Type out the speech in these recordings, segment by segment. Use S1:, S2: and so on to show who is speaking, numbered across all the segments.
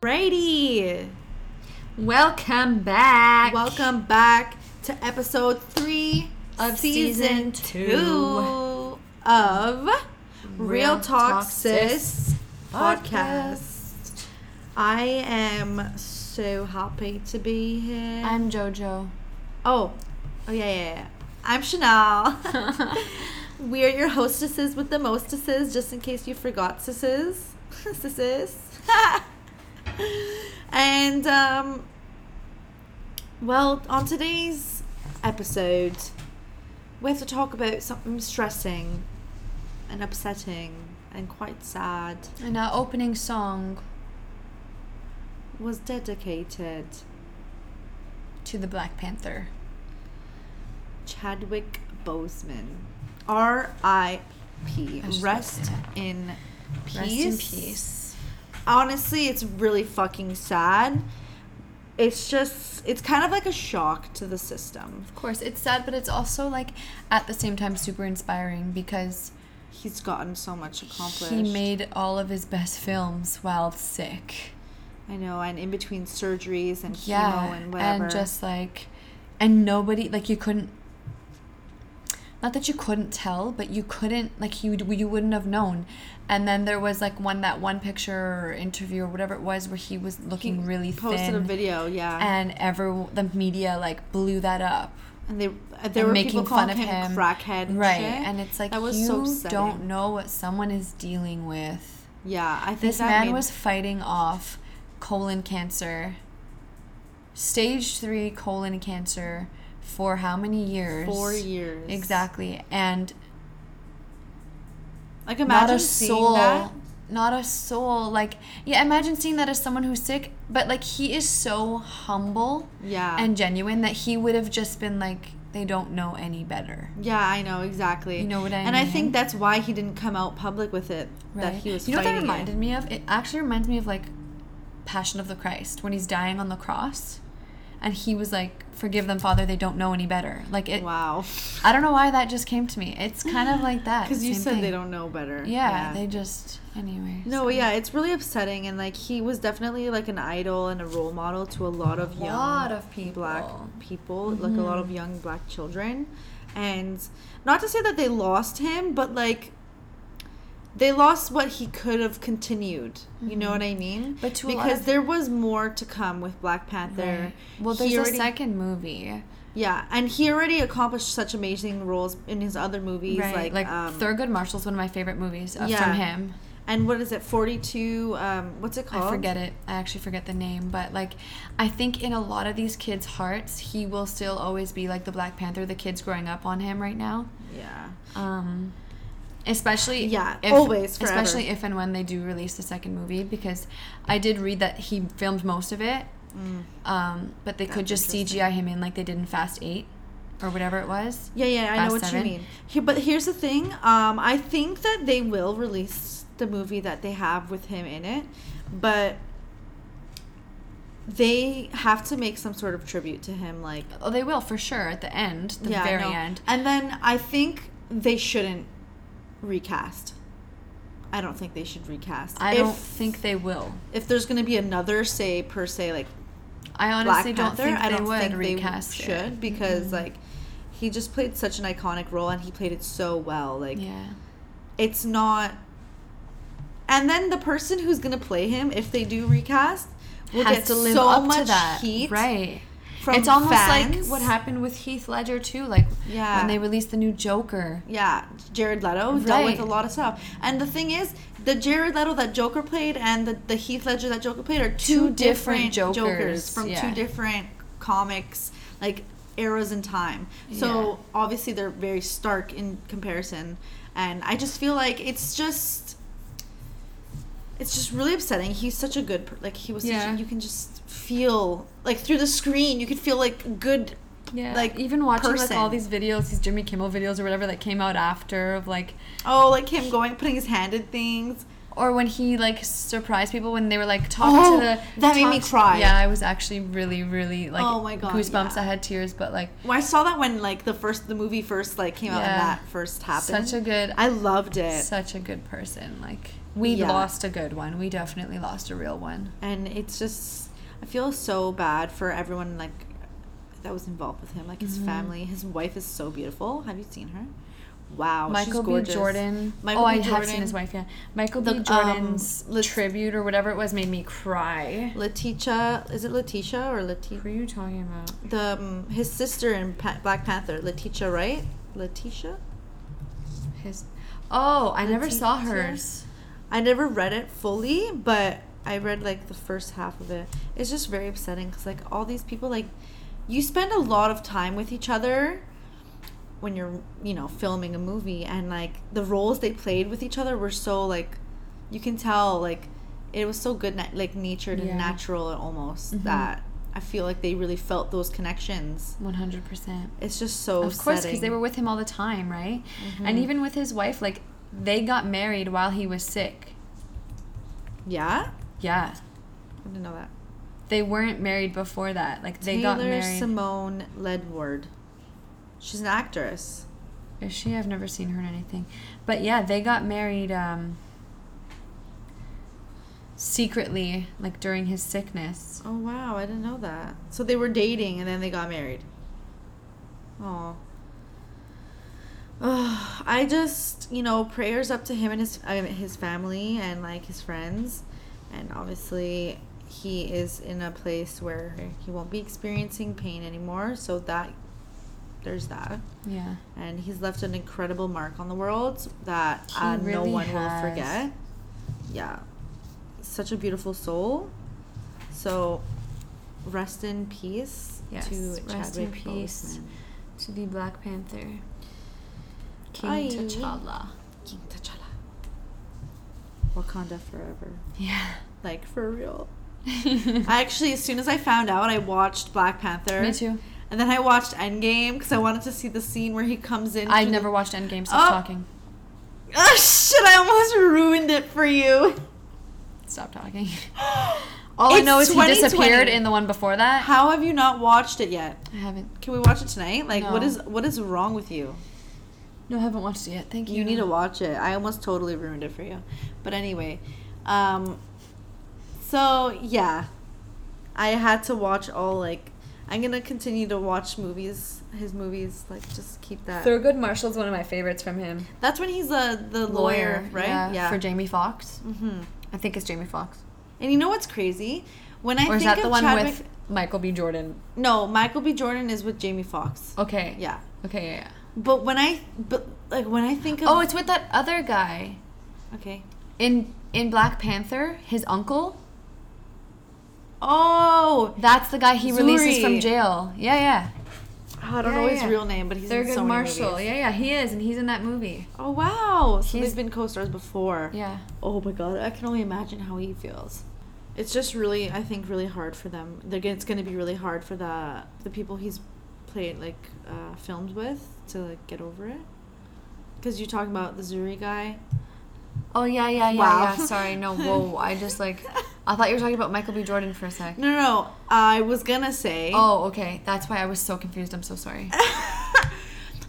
S1: Righty.
S2: Welcome back.
S1: Welcome back to episode three
S2: Of season two.
S1: two of Real,
S2: Real
S1: Talk
S2: Talk
S1: Sis
S2: Sis
S1: podcast. I am so happy to be here.
S2: I'm JoJo.
S1: oh, oh yeah, yeah, yeah. I'm Chanel. we are your hostesses with the mostesses, just in case you forgot, sisses, sisses. and um, well, on today's episode, we have to talk about something stressing and upsetting and quite sad.
S2: and our opening song
S1: Was dedicated
S2: to the Black Panther.
S1: Chadwick Boseman, R.I.P.
S2: I was just about to
S1: Rest
S2: say
S1: in peace.
S2: Rest in peace.
S1: honestly, it's really fucking sad. It's just, it's kind of like a shock to the system.
S2: Of course, it's sad, but it's also like at the same time super inspiring because
S1: He's gotten so much accomplished.
S2: he made all of his best films while sick.
S1: I know, and in between surgeries and
S2: yeah,
S1: chemo and whatever.
S2: just like, and nobody like you couldn't. Not that you couldn't tell, but you couldn't like you you wouldn't have known. And then there was like one that one picture or interview or whatever it was where he was looking really
S1: posted
S2: thin,
S1: a video, yeah,
S2: and ever the media like blew that up.
S1: and, they uh, there
S2: and
S1: were
S2: making
S1: people
S2: fun
S1: calling
S2: of
S1: him,
S2: him.
S1: crackhead, and
S2: right,
S1: shit.
S2: and it's like
S1: that was
S2: you
S1: so upsetting.
S2: don't know what someone is dealing with.
S1: Yeah, I think
S2: This
S1: that
S2: man
S1: made-
S2: was fighting off colon cancer, stage three colon cancer, for how many years?
S1: four years
S2: Exactly. And
S1: Like imagine
S2: not a
S1: seeing
S2: soul.
S1: that.
S2: Not a soul. Like, yeah, imagine seeing that as someone who's sick, but like he is so humble
S1: Yeah,
S2: and genuine that he would have just been like, they don't know any better.
S1: Yeah, I know exactly.
S2: You know what I
S1: And I think
S2: mean?
S1: that's why he didn't come out public with it. That he was.
S2: You know what that
S1: fighting it.
S2: reminded me of? It actually reminds me of like Passion of the Christ when he's dying on the cross, and he was like, "Forgive them, Father, they don't know any better." Like it.
S1: Wow.
S2: I don't know why that just came to me. It's kind of like that.
S1: Because you
S2: same
S1: said they
S2: thing.
S1: don't know better.
S2: Yeah, they just anyway.
S1: no, yeah, it's really upsetting, and like he was definitely like an idol and a role model to a lot of young,
S2: lot of people. Mm-hmm.
S1: black people, like a lot of young black children, and not to say that they lost him, but like they lost what he could have continued. You know what I mean?
S2: Mm-hmm. But to a lot
S1: because
S2: of-
S1: there was more to come with Black Panther.
S2: Right. Well,
S1: He
S2: there's a
S1: already-
S2: second movie,
S1: Yeah, and he already accomplished such amazing roles in his other movies,
S2: right?
S1: like, um,
S2: Thurgood Marshall's one of my favorite movies uh,
S1: Yeah.
S2: from him.
S1: and what is it, forty two? Um, what's it called?
S2: I forget it. I actually forget the name, but like I think in a lot of these kids' hearts, he will still always be like the Black Panther, the kids growing up on him right now.
S1: Yeah,
S2: Um especially
S1: Yeah, always, forever.
S2: especially if and when they do release the second movie because I did read that he filmed most of it. Um but they could
S1: Mm. That's
S2: just CGI him in like they did in Fast 8 or whatever it was.
S1: yeah, yeah. I know
S2: Fast
S1: what
S2: Seven.
S1: you mean. Here, but here's the thing. Um, I think that they will release the movie that they have with him in it, but they have to make some sort of tribute to him, like
S2: Oh, they will for sure at the end, the
S1: yeah, I
S2: very
S1: know.
S2: end.
S1: And then I think they shouldn't recast. I don't think they should recast.
S2: I
S1: If-
S2: don't think they will.
S1: if there's going to be another say per se like
S2: I
S1: Black
S2: honestly don't
S1: Panther,
S2: think they
S1: I don't
S2: would
S1: think
S2: recast
S1: they
S2: it. Mm-hmm.
S1: should because like he just played such an iconic role and he played it so well. Like
S2: Yeah.
S1: it's not. And then the person who's going to play him, if they do recast, will
S2: has
S1: get
S2: to live
S1: so
S2: up
S1: much
S2: to that.
S1: heat.
S2: right?
S1: from
S2: it's almost like
S1: fans.
S2: what happened with Heath Ledger too, like
S1: Yeah.
S2: when they released the new Joker.
S1: Yeah, Jared Leto dealt with
S2: Right.
S1: a lot of stuff. And the thing is, the Jared Leto that Joker played and the, the Heath Ledger that Joker played are two,
S2: Two different
S1: different Jokers,
S2: Jokers,
S1: from
S2: yeah.
S1: two different comics, like eras in time. So
S2: Yeah.
S1: obviously they're very stark in comparison. And I just feel like it's just. It's just really upsetting. He's such a good, per- like he was.
S2: Yeah.
S1: Such a, you can just feel like through the screen, you could feel like good.
S2: Yeah,
S1: Like,
S2: like even watching like
S1: person.
S2: all these videos, these Jimmy Kimmel videos or whatever that came out after of like,
S1: Oh, like him going, putting his hand in things.
S2: or when he like surprised people when they were like talk
S1: Oh,
S2: to the
S1: that made
S2: talk
S1: me
S2: to-
S1: cry.
S2: yeah, I was actually really really like
S1: Oh my God,
S2: goosebumps.
S1: yeah.
S2: I had tears, but like
S1: Well, I saw that when like the first the movie first like came out and
S2: Yeah.
S1: that first happened.
S2: such a good
S1: I loved it.
S2: such a good person. Like we
S1: Yeah.
S2: lost a good one. We definitely lost a real one.
S1: and it's just I feel so bad for everyone like that was involved with him, like
S2: Mm-hmm.
S1: his family. His wife is so beautiful. Have you seen her? Wow,
S2: Michael
S1: she's
S2: B.
S1: gorgeous.
S2: Jordan.
S1: Michael
S2: oh,
S1: B.
S2: I have
S1: Jordan.
S2: seen his wife. Yeah, Michael B.
S1: The, um,
S2: Jordan's
S1: let's-
S2: tribute or whatever it was made me cry.
S1: Letitia, is it Letitia or
S2: Who are
S1: Letitia?
S2: you talking about?
S1: The um, his sister in pa- Black Panther, Letitia, right? Letitia.
S2: His. Oh, I never saw
S1: Letitia?
S2: hers.
S1: I never read it fully, but I read like the first half of it. It's just very upsetting because like all these people like you spend a lot of time with each other when you're you know filming a movie and like the roles they played with each other were so like you can tell like it was so good na- like natured
S2: Yeah.
S1: and natural almost
S2: Mhm.
S1: that I feel like they really felt those connections.
S2: One hundred percent.
S1: It's just so
S2: Of course, because they
S1: upsetting.
S2: were with him all the time, right?
S1: Mm-hmm.
S2: And even with his wife, like they got married while he was sick.
S1: yeah
S2: Yeah,
S1: I didn't know that
S2: they weren't married before that. Like they
S1: Taylor
S2: got married.
S1: Simone Ledward. She's an actress.
S2: Is she? I've never seen her in anything. But yeah, they got married um, secretly, like during his sickness.
S1: Oh wow, I didn't know that. So they were dating and then they got married. Oh. Ugh, I just, you know, prayers up to him and his I mean, his family and like his friends, and obviously he is in a place where he won't be experiencing pain anymore. So that there's that,
S2: Yeah.
S1: and he's left an incredible mark on the world that
S2: He
S1: uh, no
S2: really
S1: one
S2: has.
S1: will forget. Yeah, such a beautiful soul. So, rest in peace
S2: Yes,
S1: to
S2: rest in
S1: Chadwick
S2: peace. To the Black Panther. King
S1: Aye.
S2: T'Challa.
S1: Boseman. King T'Challa. Wakanda forever.
S2: Yeah.
S1: Like for real. I actually, as soon as I found out, I watched Black Panther.
S2: Me too.
S1: And then I watched Endgame because I wanted to see the scene where he comes in.
S2: I
S1: through the-
S2: never watched Endgame. Stop
S1: Oh.
S2: talking.
S1: Oh shit! I almost ruined it for you.
S2: Stop talking. All I
S1: It's
S2: know is he
S1: 2020.
S2: disappeared in the one before that.
S1: How have you not watched it yet?
S2: I haven't.
S1: Can we watch it tonight? Like, what
S2: No.
S1: is what is wrong with you?
S2: No, I haven't watched it yet. Thank you.
S1: You need to watch it. I almost totally ruined it for you. But anyway, um, so yeah, I had to watch all like I'm gonna continue to watch movies, his movies. Like, just keep that.
S2: Thurgood Marshall's one of my favorites from him.
S1: That's when he's the the lawyer, right?
S2: Yeah.
S1: Yeah.
S2: For Jamie Fox.
S1: mm-hmm.
S2: I think it's Jamie Fox.
S1: And you know what's crazy? When I
S2: or
S1: think
S2: is that
S1: of
S2: the one
S1: Chadwick,
S2: with Michael B. Jordan?
S1: no, Michael B. Jordan is with Jamie Fox.
S2: Okay.
S1: Yeah.
S2: Okay. Yeah. yeah.
S1: But when I but like when I think of
S2: Oh, it's with that other guy
S1: okay.
S2: in in Black Panther. His uncle.
S1: Oh,
S2: That's the guy he releases
S1: Zuri.
S2: from jail. Yeah. Yeah.
S1: I don't
S2: Yeah,
S1: know his
S2: yeah.
S1: real name, but he's in
S2: Thurgood
S1: so many
S2: Marshall.
S1: movies.
S2: Yeah. Yeah. He is, and he's in that movie.
S1: Oh wow! So
S2: He's-
S1: they've been co-stars before.
S2: Yeah.
S1: Oh my god, I can only imagine how he feels. It's just really, I think, really hard for them. They're, it's going to be really hard for the the people he's played like uh, filmed with to like get over it. Because you're talking about the Zuri guy.
S2: Oh yeah. Yeah. Yeah.
S1: Wow.
S2: Yeah. Sorry. No. Whoa. I just like. I thought you were talking about Michael B. Jordan for a sec.
S1: No, no, no. I was gonna say.
S2: Oh, okay. That's why I was so confused. I'm so sorry.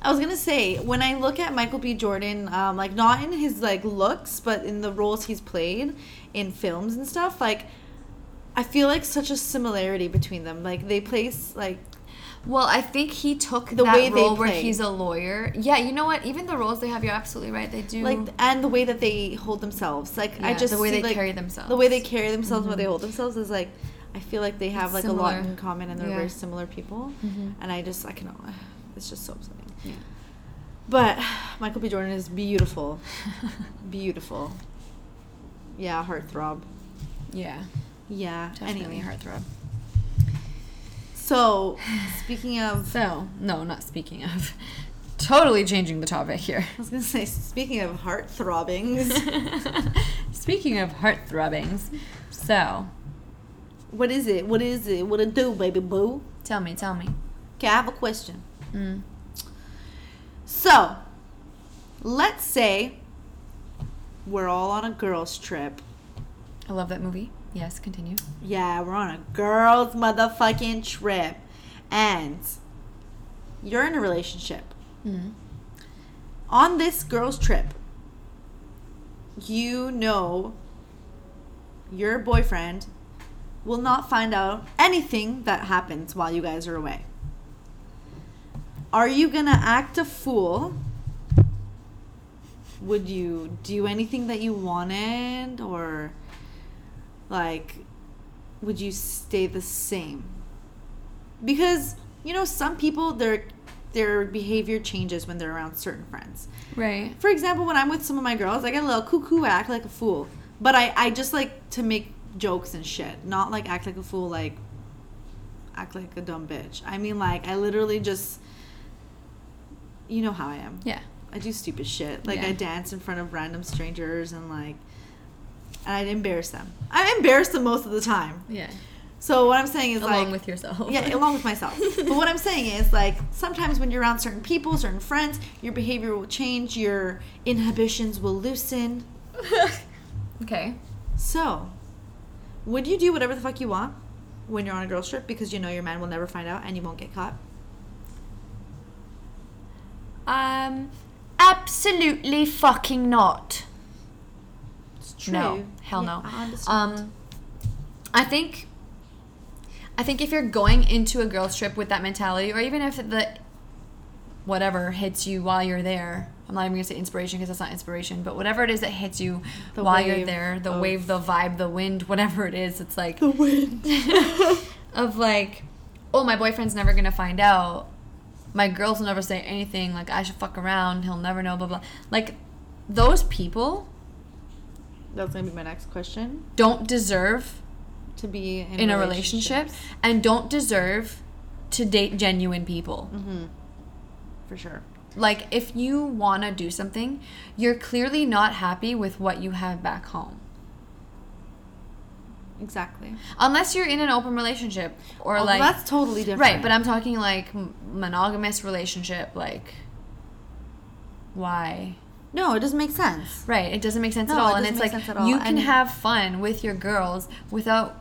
S1: I was gonna say when I look at Michael B. Jordan, um, like not in his like looks, but in the roles he's played in films and stuff, like I feel like such a similarity between them. Like they place like
S2: Well, I think he took
S1: The
S2: that
S1: way they
S2: role where
S1: play.
S2: he's a lawyer. Yeah, you know what? Even the roles they have, you're absolutely right. They do
S1: like and the way that they hold themselves. Like I
S2: Yeah,
S1: just
S2: the way
S1: see,
S2: they
S1: like,
S2: carry themselves. Mm-hmm.
S1: the way they carry themselves, where they hold themselves is like I feel like they have
S2: It's
S1: like a lot
S2: similar.
S1: in common and they're
S2: Yeah.
S1: very similar people.
S2: Mhm.
S1: And I just I can it's just so upsetting.
S2: Yeah.
S1: But Michael B. Jordan is beautiful, beautiful. Yeah, heartthrob.
S2: yeah,
S1: Yeah.
S2: definitely
S1: Anyway,
S2: heartthrob.
S1: so speaking of, I
S2: So no, not speaking of. Totally changing the topic here.
S1: was gonna say, speaking of heart throbbings,
S2: speaking of heart throbbings, so
S1: what is it? What is it? What it do, baby boo?
S2: tell me, tell me.
S1: Okay, I have a question.
S2: Mm.
S1: So, let's say we're all on a girls' trip.
S2: I love that movie. Yes, continue.
S1: Yeah, we're on a girls' motherfucking trip. And you're in a relationship.
S2: Mm.
S1: On this girls' trip, you know your boyfriend will not find out anything that happens while you guys are away. Are you gonna act a fool? Would you do anything that you wanted, or like, would you stay the same? Because you know, some people their their behavior changes when they're around certain friends
S2: Right.
S1: for example, when I'm with some of my girls, I get a little cuckoo, I act like a fool. But I, I just like to make jokes and shit, not like act like a fool, like act like a dumb bitch. I mean, like, I literally just, you know how I am.
S2: Yeah.
S1: I do stupid shit. Like,
S2: Yeah.
S1: I dance in front of random strangers and, like, and I embarrass them. I embarrass them most of the time.
S2: Yeah.
S1: So, what I'm saying is, like,
S2: Along with yourself.
S1: yeah, along with myself. but what I'm saying is, like, sometimes when you're around certain people, certain friends, your behavior will change, your inhibitions will loosen.
S2: okay.
S1: So, would you do whatever the fuck you want when you're on a girl's trip because you know your man will never find out and you won't get caught?
S2: Um, absolutely fucking not.
S1: It's
S2: No, hell no.
S1: I understand.
S2: Um, I think, I think if you're going into a girls trip with that mentality, or even if the whatever hits you while you're there, I'm not even gonna say inspiration because that's not inspiration, but whatever it is that hits you
S1: The
S2: while you're
S1: wave
S2: there, the
S1: of-
S2: wave, the vibe, the wind, whatever it is, it's like
S1: the wind.
S2: of like, oh, my boyfriend's never gonna find out. My girls will never say anything. Like I should fuck around. He'll never know. Blah blah. Like those people
S1: That's gonna be my next question.
S2: don't deserve
S1: To be in,
S2: in a relationship and don't deserve to date genuine people.
S1: Mm-hmm. For sure.
S2: Like if you want to do something, you're clearly not happy with what you have back home.
S1: Exactly.
S2: Unless you're in an open relationship or
S1: Although
S2: like
S1: Oh, that's totally different.
S2: Right, but I'm talking like m- monogamous relationship like why?
S1: no, it doesn't make sense.
S2: Right, it doesn't make sense at
S1: No,
S2: all
S1: it
S2: and
S1: doesn't
S2: it's
S1: make
S2: like
S1: sense at all,
S2: you can
S1: and-
S2: have fun with your girls without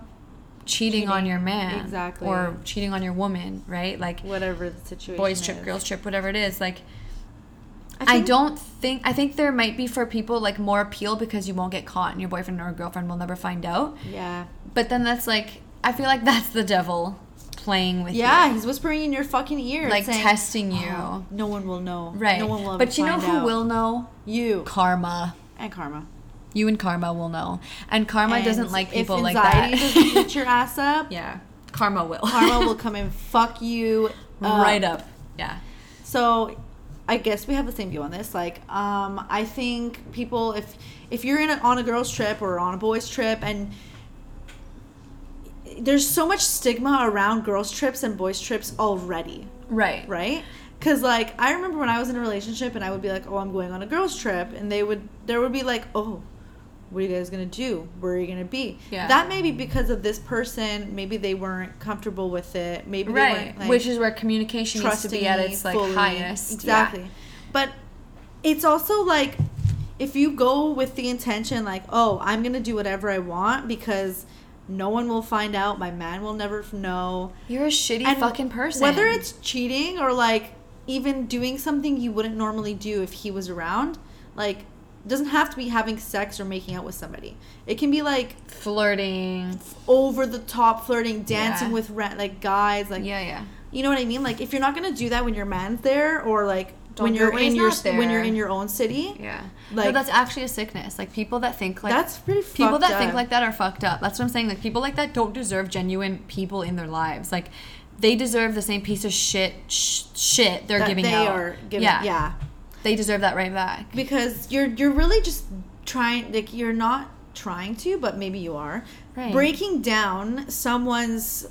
S2: cheating, on
S1: Cheating,
S2: your man
S1: exactly.
S2: or cheating on your woman, right? Like
S1: Whatever the situation.
S2: boys trip,
S1: is.
S2: girls trip, whatever it is. Like
S1: I,
S2: I,
S1: think-
S2: don't think I think there might be for people like more appeal because you won't get caught and your boyfriend or girlfriend will never find out.
S1: Yeah.
S2: But then that's like I feel like that's the devil playing with
S1: Yeah,
S2: you.
S1: he's whispering in your fucking ear,
S2: Like
S1: saying,
S2: testing you.
S1: "Oh, no one will know.
S2: Right.
S1: No one will. Ever
S2: but you know
S1: find
S2: who
S1: out."
S2: will know?
S1: You
S2: Karma.
S1: and karma.
S2: You and Karma will know. And Karma
S1: And
S2: doesn't like people
S1: if
S2: like
S1: anxiety doesn't
S2: that.
S1: eat your ass up,
S2: yeah. Karma will.
S1: karma will come and fuck you
S2: right up. Yeah.
S1: So, I guess we have the same view on this. Like, um, I think people, if if you're in a, on a girls' trip or on a boys' trip, and there's so much stigma around girls' trips and boys' trips already.
S2: Right.
S1: right? Because like I remember when I was in a relationship and I would be like, "Oh, I'm going on a girls' trip," and they would there would be like, "Oh, what are you guys gonna do? Where are you gonna be?"
S2: Yeah.
S1: That may be because of this person. Maybe they weren't comfortable with it. Maybe they
S2: Right.
S1: weren't like,
S2: Which is where communication needs to
S1: trusting
S2: be at
S1: me
S2: its like
S1: fully.
S2: highest. Yeah.
S1: Exactly. But it's also like if you go with the intention like, "Oh, I'm gonna do whatever I want because." No one will find out. My man will never f- know
S2: You're a shitty fucking person.
S1: whether it's cheating or like even doing something you wouldn't normally do if he was around, like doesn't have to be having sex or making out with somebody. It can be like
S2: flirting,
S1: over the top flirting, dancing
S2: Yeah.
S1: with ra- like guys, like
S2: yeah, yeah,
S1: you know what I mean. Like if you're not gonna do that when your man's there or like
S2: Don't
S1: when
S2: do
S1: you're
S2: it when
S1: in
S2: he's
S1: your
S2: not there.
S1: when you're in your own city,
S2: yeah. no,
S1: Like-
S2: that's actually a sickness. Like people that think like
S1: that's pretty.
S2: people
S1: fucked
S2: that
S1: up.
S2: think like that are fucked up. That's what I'm saying. Like people like that don't deserve genuine people in their lives. Like they deserve the same piece of shit sh- shit they're
S1: that
S2: giving
S1: they
S2: out.
S1: are giving,
S2: yeah.
S1: yeah.
S2: They deserve that right back.
S1: because you're you're really just trying like you're not trying to but maybe you are
S2: Right.
S1: breaking down someone's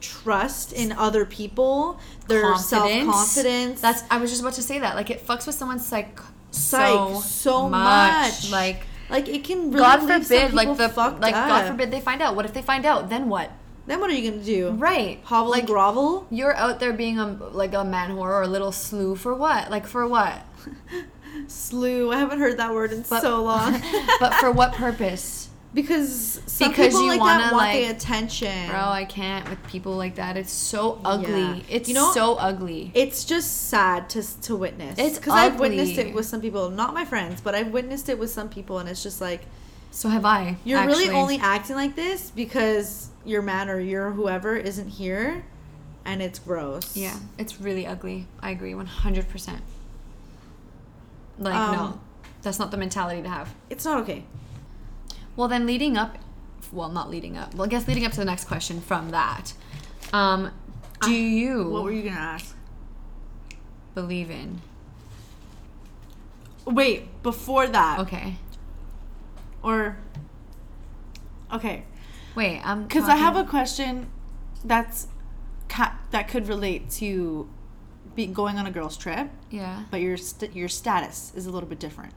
S1: trust in other people their
S2: Confidence.
S1: self-confidence
S2: That's I was just about to say that. Like it fucks with someone's psych
S1: Psych
S2: so
S1: so much.
S2: Like
S1: like it can really
S2: God
S1: leave some
S2: forbid, like
S1: people
S2: the
S1: fucked
S2: like God
S1: up.
S2: forbid they find out. What if they find out? Then what?
S1: then what are you gonna do
S2: Right.
S1: hovel
S2: like
S1: and grovel
S2: you're out there being a like a man whore or a little slew for what? Like for what?
S1: Slew. I haven't heard that word in
S2: But-
S1: so long.
S2: but for what purpose?
S1: Because some
S2: Because
S1: people
S2: you
S1: like that
S2: wanna,
S1: want the
S2: like-
S1: attention.
S2: Bro, I can't with people like that. It's so ugly.
S1: Yeah.
S2: It's
S1: You know-
S2: so ugly.
S1: it's just sad to s- to witness.
S2: It's
S1: because I've witnessed
S2: ugly.
S1: it with some people, not my friends, but I've witnessed it with some people, and it's just like
S2: so have I.
S1: you're really
S2: actually.
S1: only acting like this because your man or your whoever isn't here, and it's gross.
S2: Yeah, it's really ugly. I agree 100%. Like,
S1: Um,
S2: no. That's not the mentality to have.
S1: it's not okay.
S2: Well, then leading up, well, not leading up. Well, I guess leading up to the next question from that. Um, do
S1: I-
S2: you,
S1: What were you gonna ask?
S2: believe in?
S1: Wait, before that,
S2: Okay.
S1: or okay,
S2: Wait, I'm
S1: because I have
S2: talking-
S1: a question that's ca- that could relate to be going on a girls' trip,
S2: Yeah.
S1: but your st- your status is a little bit different.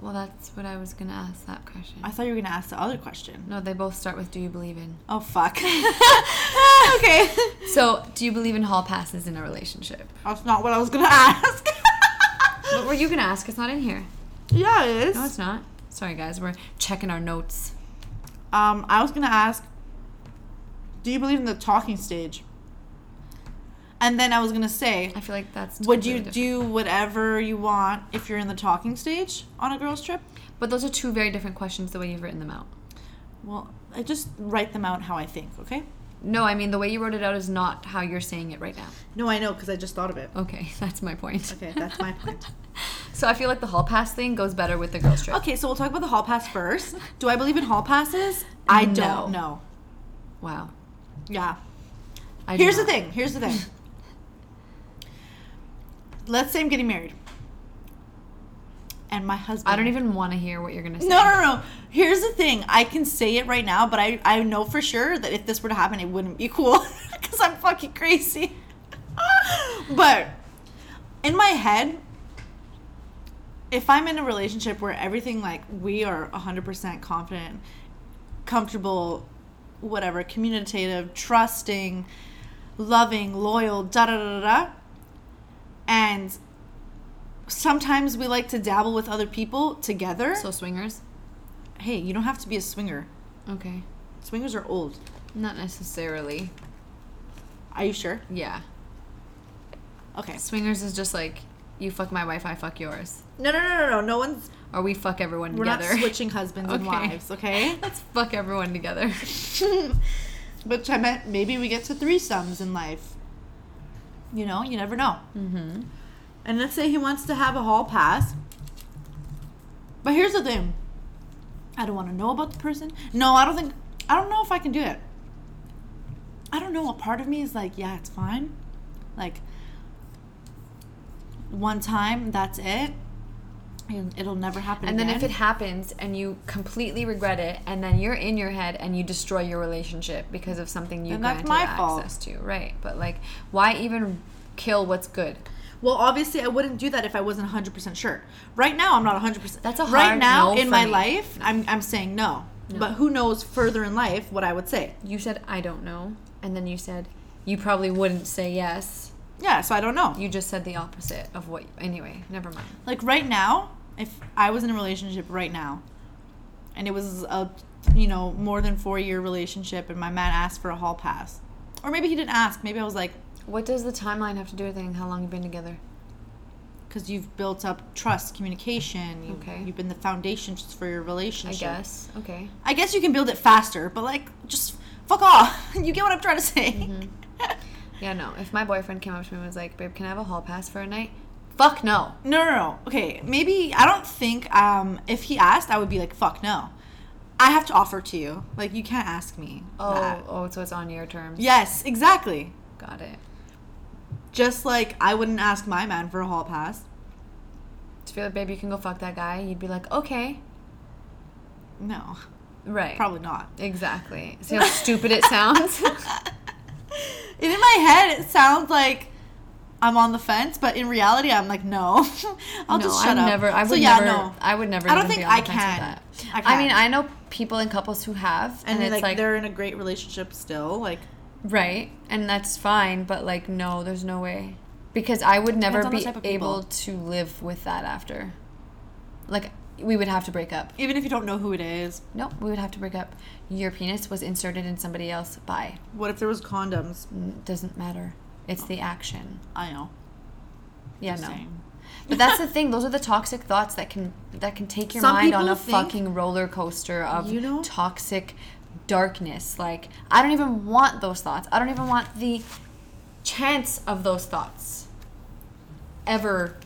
S2: Well, that's what I was going to ask that question.
S1: I thought you were gonna ask the other question.
S2: no, they both start with do you believe in?
S1: Oh fuck. okay,
S2: So, do you believe in hall passes in a relationship?
S1: that's not what I was gonna ask.
S2: What were you going to ask? It's not in here.
S1: yeah, it is.
S2: No, it's not. Sorry, guys. We're checking our notes.
S1: Um, I was gonna ask, do you believe in the talking stage? And then I was gonna say,
S2: I feel like that's
S1: would you
S2: completely
S1: do whatever you want if you're in the talking stage on a girls' trip?
S2: different. But those are two very different questions. The way you've written them out.
S1: Well, I just write them out how I think. Okay.
S2: No, I mean the way you wrote it out is not how you're saying it right now.
S1: No, I know because I just thought of it.
S2: Okay, that's my point.
S1: Okay, that's my point.
S2: so I feel like the hall pass thing goes better with the girls trip.
S1: Okay, so we'll talk about the hall pass first. Do I believe in hall passes? I
S2: No.
S1: don't know.
S2: Wow.
S1: Yeah.
S2: I do
S1: Here's the
S2: not.
S1: thing. Here's the thing. Let's say I'm getting married, and my husband.
S2: I don't even want to hear what you're gonna say.
S1: No, no, no. Here's the thing. I can say it right now, but I, I know for sure that if this were to happen, it wouldn't be cool because I'm fucking crazy. but in my head, if I'm in a relationship where everything, like, we are 100% confident, comfortable, whatever, communicative, trusting, loving, loyal, da da da da da. And sometimes we like to dabble with other people together
S2: So swingers.
S1: hey, you don't have to be a swinger.
S2: Okay.
S1: Swingers are old.
S2: Not necessarily.
S1: Are you sure?
S2: Yeah.
S1: Okay.
S2: Swingers is just like you fuck my wife, I fuck yours,
S1: No, no, no, no, no. No one's.
S2: or we fuck everyone
S1: We're
S2: together.
S1: not switching husbands and
S2: Okay.
S1: wives, okay?
S2: Let's fuck everyone together.
S1: Which I meant maybe we get to threesomes in life. You know, you never know.
S2: Mm-hmm.
S1: And let's say he wants to have a hall pass. But here's the thing I don't want to know about the person. No, I don't think. I don't know if I can do it. I don't know. A part of me is like, yeah, it's fine. Like, one time, that's it. And it'll never happen
S2: And then if
S1: again.
S2: it happens and you completely regret it, and then you're in your head and you destroy your relationship because of something you
S1: Then that's
S2: granted
S1: my fault.
S2: access to, right? But like, why even kill what's good?
S1: Well, obviously, I wouldn't do that if I wasn't 100% sure. Right now, I'm not 100%.
S2: That's a
S1: Right
S2: hard
S1: now,
S2: no
S1: in
S2: for
S1: my
S2: me.
S1: life, I'm, I'm saying no. But who knows further in life what I would say.
S2: You said I don't know, and then you said you probably wouldn't say yes.
S1: Yeah, so I don't know.
S2: You just said the opposite of what. Anyway, never mind.
S1: like right now if i was in a relationship right now and it was a you know more than four year relationship and my man asked for a hall pass or maybe he didn't ask maybe i was like
S2: What does the timeline have to do with anything? How long you've been together?
S1: because you've built up trust communication you,
S2: Okay.
S1: you've been the foundation just for your
S2: I
S1: relationship
S2: guess. Okay.
S1: i guess you can build it faster but like just fuck off you get what i'm trying to say
S2: Mm-hmm. Yeah, no. If my boyfriend came up to me and was like, "Babe, can I have a hall pass for a night?" Fuck no.
S1: No, no, no. Okay, maybe I don't think um, if he asked, I would be like, "Fuck no." I have to offer to you. Like, you can't ask me.
S2: Oh,
S1: that.
S2: oh, so it's on your terms.
S1: Yes, exactly.
S2: Got it.
S1: Just like I wouldn't ask my man for a hall pass.
S2: to be like, babe, you can go fuck that guy, you'd be like, okay.
S1: No,
S2: Right.
S1: probably not.
S2: Exactly. See how stupid it sounds?
S1: And in my head, it sounds like I'm on the fence, but in reality, I'm like, no. I'll
S2: no,
S1: just shut
S2: I
S1: up.
S2: Never, I would
S1: so yeah,
S2: never,
S1: no.
S2: I would never
S1: I don't
S2: even
S1: think
S2: be on
S1: I
S2: the fence with
S1: can.
S2: that.
S1: I
S2: I mean,
S1: can't.
S2: I know people and couples who have,
S1: and
S2: and,
S1: they
S2: it's
S1: like,
S2: like,
S1: they're in a great relationship still. Like
S2: right, and that's fine, but like, no, there's no way. Because I would never
S1: Depends on the
S2: be
S1: type of people.
S2: able to live with that after. Like we would have to break up.
S1: Even if you don't know who it is,
S2: No, we would have to break up. Your penis was inserted in somebody else. Bye.
S1: what if there was condoms?
S2: N- Doesn't matter. It's the action.
S1: I know.
S2: Yeah,
S1: Just
S2: no.
S1: saying.
S2: But that's the thing. Those are the toxic thoughts that can that can take your
S1: Some
S2: mind on
S1: people
S2: a
S1: think-
S2: fucking roller coaster of
S1: You know-
S2: toxic darkness. Like I don't even want those thoughts. I don't even want the chance of those thoughts ever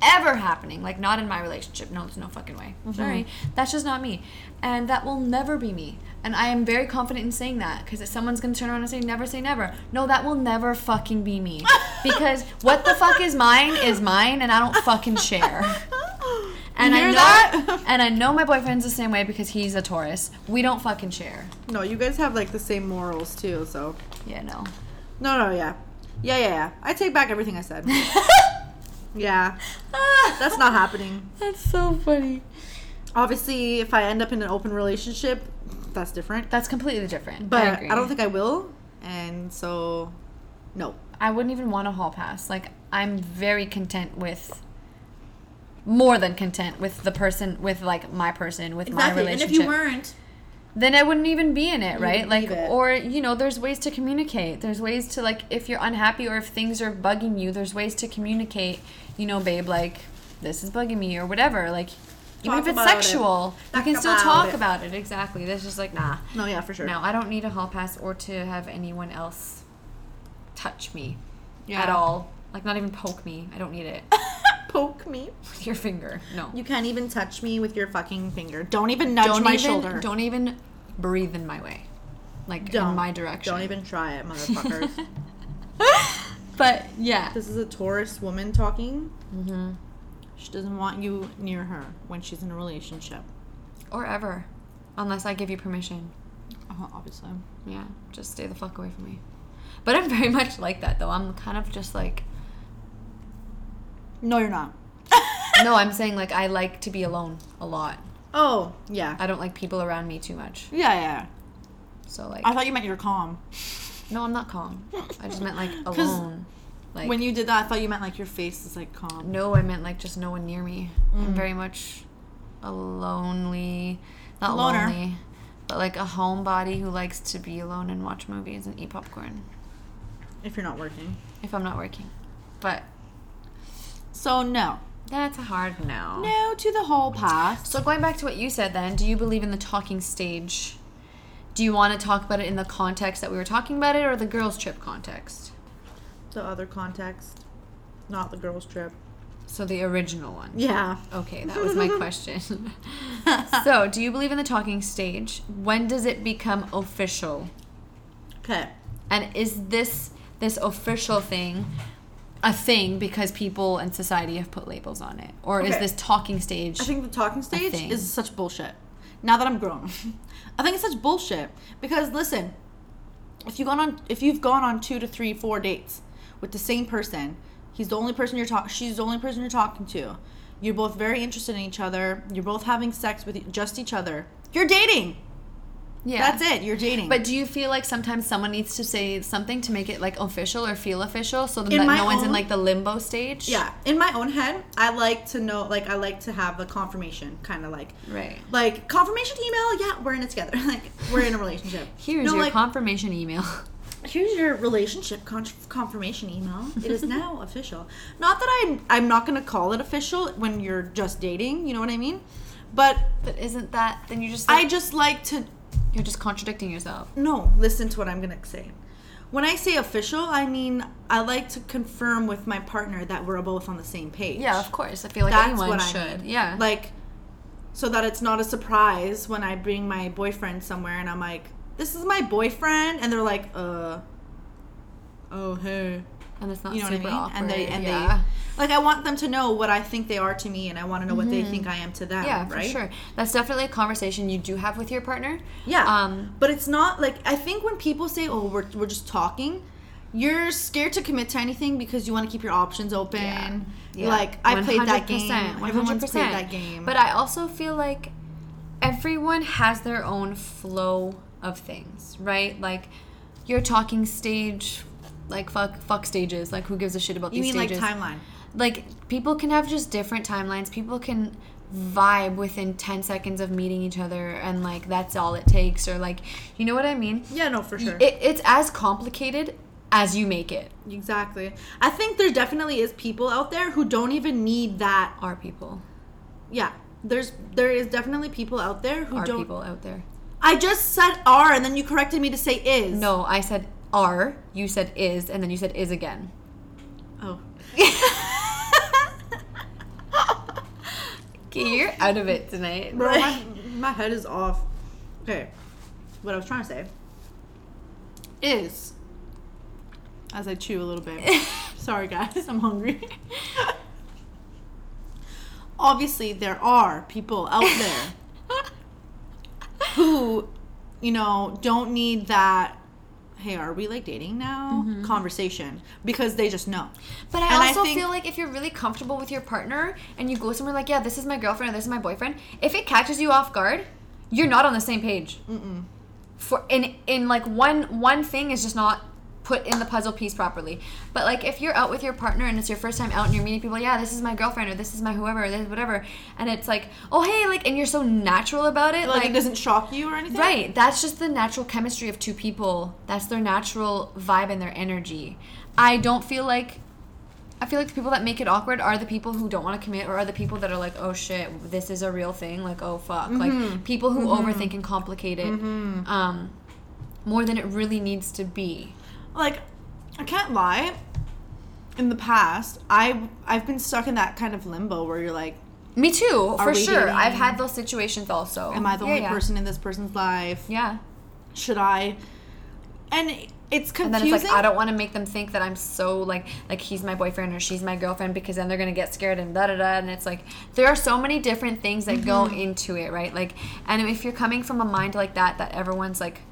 S2: ever happening. Like not in my relationship. No, there's no fucking way.
S1: Mm-hmm.
S2: Sorry. That's just not me. And that will never be me. And I am very confident in saying that because someone's gonna turn around and say never say never. No, that will never fucking be me. Because what the fuck is mine is mine and I don't fucking share. And
S1: you
S2: I
S1: hear
S2: know
S1: that?
S2: and I know my boyfriend's the same way because he's a Taurus. We don't fucking share.
S1: no, you guys have like the same morals too, so.
S2: Yeah, no.
S1: No, no, yeah. Yeah, yeah, yeah. I take back everything I said. yeah. That's not happening.
S2: That's so funny.
S1: Obviously, if I end up in an open relationship, that's different.
S2: That's completely different.
S1: But
S2: I,
S1: I,
S2: agree.
S1: don't think I will. And so, no.
S2: I wouldn't even want a hall pass. Like I'm very content with more than content with the person with like my person with my relationship.
S1: weren't,
S2: then I wouldn't even be in it, right?
S1: would
S2: Like,
S1: leave it.
S2: or you know, there's ways to communicate. There's ways to like, if you're unhappy or if things are bugging you, there's ways to communicate. You know, babe, like this is bugging me or whatever. Like, even
S1: Talk
S2: if it's
S1: about it.
S2: sexual, you
S1: Talk
S2: can still
S1: about
S2: talk
S1: it.
S2: about it. Exactly. That's just like, nah,
S1: no, yeah, for sure.
S2: no, I don't need a hall pass or to have anyone else touch me
S1: Yeah.
S2: at all. Like, not even poke me. I don't need it
S1: Poke me.
S2: with your finger. No.
S1: You can't even touch me with your fucking finger. Don't even nudge
S2: don't
S1: my
S2: even,
S1: shoulder.
S2: Don't even breathe in my way. Like
S1: Don't.
S2: in my direction.
S1: Don't even try it, motherfuckers.
S2: but yeah.
S1: this is a Taurus woman talking. Mm-hmm. She doesn't want you near her when she's in a relationship.
S2: Or ever. Unless I give you permission.
S1: Uh, obviously.
S2: Yeah. Just stay the fuck away from me. But I'm very much like that though. I'm kind of just like
S1: No, you're not.
S2: No, I'm saying like I like to be alone a lot.
S1: Oh, yeah.
S2: I don't like people around me too much.
S1: Yeah, yeah.
S2: So like
S1: I thought you meant you're calm.
S2: No, I'm not calm. I just meant like
S1: 'Cause
S2: alone. Like
S1: when you did that, I thought you meant like your face is like calm.
S2: No, I meant like just no one near me.
S1: Mm.
S2: I'm very much a lonely, not
S1: Loner.
S2: lonely, but like a homebody who likes to be alone and watch movies and eat popcorn
S1: If you're not working.
S2: if I'm not working. But
S1: So no.
S2: that's a hard no.
S1: No to the whole past.
S2: So going back to what you said then, do you believe in the talking stage? Do you want to talk about it in the context that we were talking about it or the girls trip context?
S1: The other context. Not the girls' trip.
S2: So the original one.
S1: Yeah.
S2: Okay, that was my question. so, do you believe in the talking stage? When does it become official?
S1: Okay.
S2: And is this this official thing a thing because people and society have put labels on it? Or is
S1: Okay.
S2: this talking stage?
S1: I think the talking stage
S2: thing.
S1: is such bullshit. Now that I'm grown, I think it's such bullshit because listen, if you gone on, if you've gone on two to three, four dates with the same person, he's the only person you're talking, she's the only person you're talking to. You're both very interested in each other. You're both having sex with e- just each other. You're dating.
S2: yeah.
S1: That's it. You're dating.
S2: But do you feel like sometimes someone needs to say something to make it like official or feel official so that
S1: In
S2: no
S1: my
S2: one's in
S1: own-
S2: like the limbo stage?
S1: yeah, in my own head, I like to know, like I like to have the confirmation, kind of like,
S2: Right.
S1: like confirmation email. Yeah, we're in it together. Like we're in a relationship.
S2: Here's
S1: No,
S2: your
S1: like,
S2: confirmation email.
S1: Here's your relationship con- confirmation email. It is now official. Not that I'm I'm not gonna call it official when you're just dating. You know what I mean? But
S2: But isn't that then you just
S1: I
S2: like,
S1: just like to
S2: you're just contradicting yourself.
S1: no listen to what I'm gonna say. When I say official, I mean I like to confirm with my partner that we're both on the same page.
S2: Yeah, of course. I feel like
S1: That's
S2: anyone
S1: what I
S2: should.
S1: mean.
S2: Yeah.
S1: Like, so that it's not a surprise when I bring my boyfriend somewhere and I'm like, "This is my boyfriend," and they're like, "Uh, oh hey."
S2: and it's not
S1: you know what I
S2: super
S1: mean?
S2: awkward.
S1: And they and
S2: yeah.
S1: they like I want them to know what I think they are to me, and I want to know what they think I am to them.
S2: Mm-hmm. yeah, for
S1: right?
S2: sure. That's definitely a conversation you do have with your partner.
S1: Yeah,
S2: Um,
S1: but it's not like I think when people say, "Oh, we're we're just talking," you're scared to commit to anything because you want to keep your options open.
S2: Yeah. Yeah.
S1: Like I played that game.
S2: 100%,
S1: Everyone's played
S2: 100%.
S1: that game.
S2: But uh, I also feel like everyone has their own flow of things, right? Like your talking stage, like fuck, fuck stages. Like who gives a shit about
S1: you
S2: these
S1: mean
S2: stages?
S1: like timeline?
S2: like people can have just different timelines people can vibe within 10 seconds of meeting each other and like that's all it takes or like you know what i mean
S1: Yeah, no, for sure.
S2: it, it's as complicated as you make it
S1: exactly. I think there definitely is people out there who don't even need that.
S2: are people
S1: Yeah. There's there is definitely people out there who
S2: are
S1: don't
S2: people out there
S1: I just said are and then you corrected me to say is.
S2: no i said are you said is and then you said is again
S1: Oh.
S2: okay you're out of it tonight
S1: Bro, my, my head is off. Okay. What I was trying to say is as I chew a little bit. Sorry guys, I'm hungry. Obviously there are people out there who, you know, don't need that hey, are we like dating now? conversation because they just know.
S2: But
S1: And
S2: I
S1: I
S2: also
S1: think-
S2: feel like if you're really comfortable with your partner and you go somewhere like, yeah, this is my girlfriend or this is my boyfriend, if it catches you off guard, you're not on the same page. Mm-mm. For in in like one one thing is just not put in the puzzle piece properly. But like if you're out with your partner and it's your first time out and you're meeting people, yeah, this is my girlfriend or this is my whoever or this is whatever, and it's like, oh hey, like, and you're so natural about it,
S1: Like, it doesn't shock you or anything.
S2: Right. That's just the natural chemistry of two people. That's their natural vibe and their energy. I don't feel like. I feel like the people that make it awkward are the people who don't want to commit, or are the people that are like, "Oh shit, this is a real thing." Like, "Oh fuck,"
S1: Mm-hmm.
S2: like people who overthink and complicate it um, more than it really needs to be.
S1: like I can't lie. In the past, I I've been stuck in that kind of limbo where you're like,
S2: Me too, for
S1: we
S2: sure.
S1: dating?
S2: I've had those situations also.
S1: am I the
S2: Yeah,
S1: only
S2: yeah.
S1: person in this person's life?
S2: Yeah,
S1: Should I? And it's
S2: and
S1: confusing.
S2: then it's like I don't want to make them think that I'm so like like he's my boyfriend or she's my girlfriend because then they're gonna get scared and da da da and it's like there are so many different things that go
S1: Mm-hmm.
S2: into it right like and if you're coming from a mind like that that everyone's like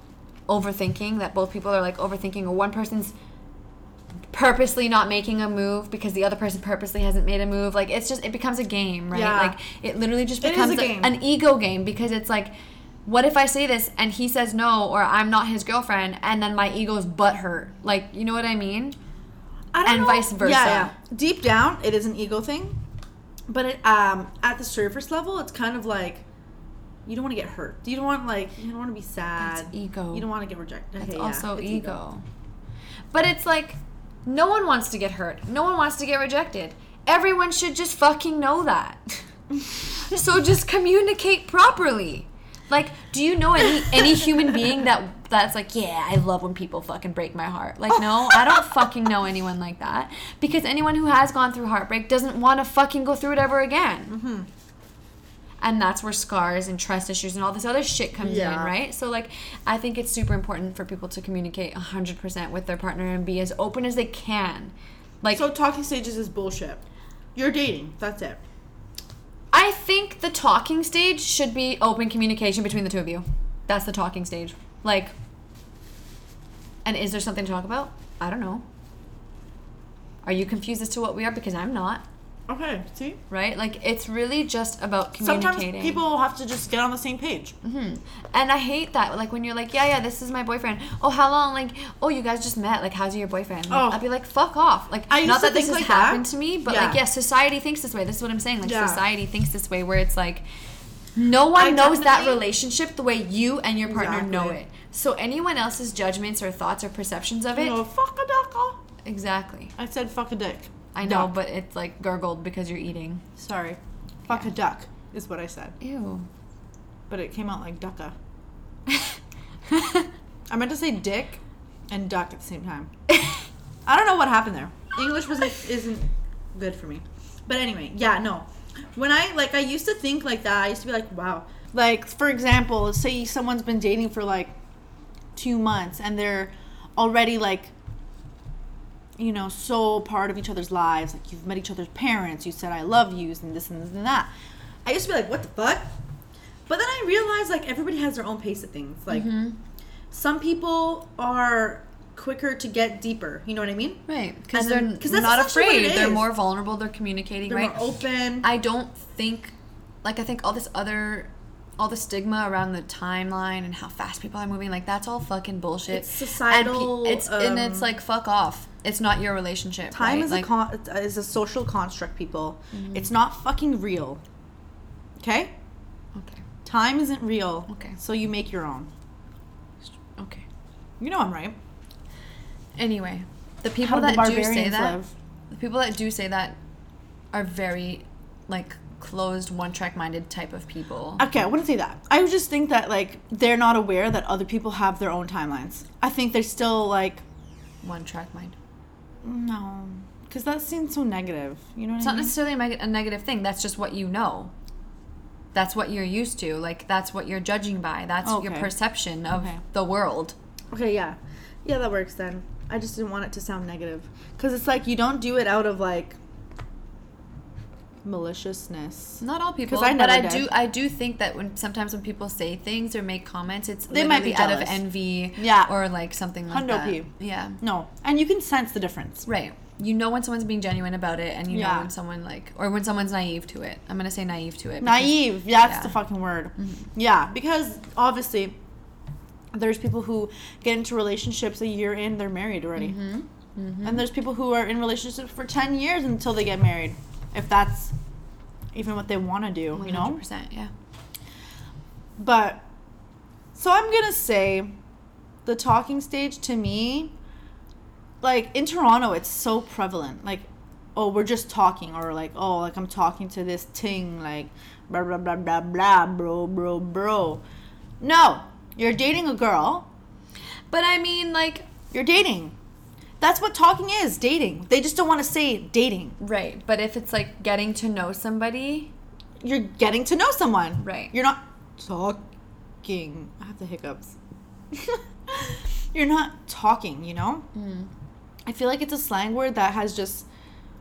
S2: overthinking that both people are like overthinking or one person's purposely not making a move because the other person purposely hasn't made a move like it's just it becomes a game right
S1: Yeah.
S2: like it literally just
S1: It is
S2: becomes
S1: a
S2: a-
S1: game.
S2: an ego game because it's like what if I say this and he says no or I'm not his girlfriend and then my ego's butthurt? Like, you know what I mean?
S1: I don't
S2: and
S1: know.
S2: vice versa.
S1: Yeah, yeah. Deep down, it is an ego thing, but it, um, at the surface level, it's kind of like you don't want to get hurt. You don't want like you don't want to be sad.
S2: That's ego.
S1: You don't want to get rejected.
S2: That's
S1: Okay, yeah,
S2: also
S1: it's
S2: ego. But it's like no one wants to get hurt. No one wants to get rejected. Everyone should just fucking know that. so just communicate properly. Like, do you know any any human being that that's like, yeah, I love when people fucking break my heart. Like, no, I don't fucking know anyone like that because anyone who has gone through heartbreak doesn't want to fucking go through it ever again. And that's where scars and trust issues and all this other shit comes
S1: Yeah.
S2: in, right? So, like, I think it's super important for people to communicate 100% with their partner and be as open as they can. Like,
S1: So talking stages is bullshit. You're dating. That's it.
S2: I think the talking stage should be open communication between the two of you. That's the talking stage. Like, and is there something to talk about? I don't know. Are you confused as to what we are? Because I'm not,
S1: Okay. See.
S2: right? Like, it's really just about communicating. Mhm.
S1: Sometimes people have to just get on the same page.
S2: And I hate that. Like when you're like, yeah, yeah, this is my boyfriend. Oh, how long? Like, oh, you guys just met. Like, how's your boyfriend? Like,
S1: Oh.
S2: I'd be like, fuck off. Like,
S1: I used
S2: not
S1: to
S2: that this
S1: think
S2: has
S1: like that.
S2: happened to me, but
S1: Yeah.
S2: like, yeah, society thinks this way. This is what I'm saying. Like,
S1: Yeah.
S2: society thinks this way, where it's like, no one knows that
S1: definitely-
S2: relationship the way you and your partner know
S1: Exactly.
S2: it. So anyone else's judgments or thoughts or perceptions of it,
S1: You know, fuck a duck.
S2: exactly.
S1: I said fuck a dick.
S2: I know,
S1: Duck.
S2: but it's like gurgled because you're eating.
S1: Sorry. Fuck a duck is what I said.
S2: Ew.
S1: But it came out like ducka. I meant to say dick and duck at the same time. I don't know what happened there. English wasn't isn't good for me. But anyway, yeah, no. When I like I used to think like that, I used to be like, wow. Like for example, let's say someone's been dating for like two months and they're already like you know, so part of each other's lives. Like you've met each other's parents, you said I love yous and this and this and that. I used to be like, what the fuck? But then I realized like everybody has their own pace of things. Like
S2: Mm-hmm.
S1: some people are quicker to get deeper. You know what I mean?
S2: Right, because
S1: And
S2: they're
S1: then-
S2: n-
S1: 'cause that's
S2: not
S1: essentially what
S2: afraid.
S1: it
S2: They're
S1: is.
S2: more vulnerable. They're communicating.
S1: They're
S2: right,
S1: more open.
S2: I don't think, like, I think all this other, all the stigma around the timeline and how fast people are moving, like, that's all fucking bullshit.
S1: It's societal,
S2: And it's and it's
S1: um,
S2: like fuck off. It's not your relationship.
S1: Time
S2: right?
S1: is
S2: like, Mm-hmm.
S1: a con- is a social construct, people. It's not fucking real. Okay?
S2: Okay.
S1: Time isn't real.
S2: Okay.
S1: So you make your own.
S2: Okay.
S1: You know I'm right.
S2: Anyway, the
S1: How
S2: people that
S1: did the
S2: do say
S1: barbarians
S2: that,
S1: live?
S2: the people that do say that, are very, like, closed, one-track-minded type of people.
S1: Okay, I wouldn't say that. I would just think that like they're not aware that other people have their own timelines. I think they're still like
S2: One-track mind.
S1: no, because that seems so negative. You know what
S2: It's
S1: I
S2: not
S1: mean?
S2: necessarily a, neg- a negative thing. That's just what you know. That's what you're used to. Like that's what you're judging by. That's your
S1: Okay.
S2: perception of
S1: Okay.
S2: the world.
S1: okay, yeah, yeah, that works then. I just didn't want it to sound negative because it's like you don't do it out of like maliciousness.
S2: Not all people,
S1: 'Cause I
S2: but I
S1: never
S2: do.
S1: did.
S2: I do think that when sometimes when people say things or make comments, it's
S1: They might be
S2: literally out of
S1: jealous.
S2: envy,
S1: Yeah.
S2: or like something like
S1: Hundo
S2: that.
S1: P.
S2: Yeah,
S1: No, and you can sense the difference.
S2: right. You know when someone's being genuine about it, and you know
S1: Yeah.
S2: when someone like, or when someone's naive to it. I'm gonna say naive to it. because-
S1: Naive, yeah, that's
S2: Yeah. Mm-hmm.
S1: the fucking word. Yeah, because obviously there's people who get into relationships a year in, they're married already.
S2: Mm-hmm.
S1: And there's people who are in relationships for 10 years until they get married, if that's even what they want to do, you know?
S2: 100%, Yeah.
S1: But so I'm going to say the talking stage to me like in Toronto it's so prevalent. Like oh, we're just talking or like oh, like I'm talking to this ting like blah blah blah blah blah bro bro bro. No, you're dating a girl.
S2: But I mean, like,
S1: You're dating. That's what talking is, dating. They just don't want to say dating.
S2: right. But if it's like getting to know somebody,
S1: You're getting to know someone.
S2: Right.
S1: You're not talking. I have the hiccups. You're not talking, you know?
S2: Mm.
S1: I feel like it's a slang word that has just,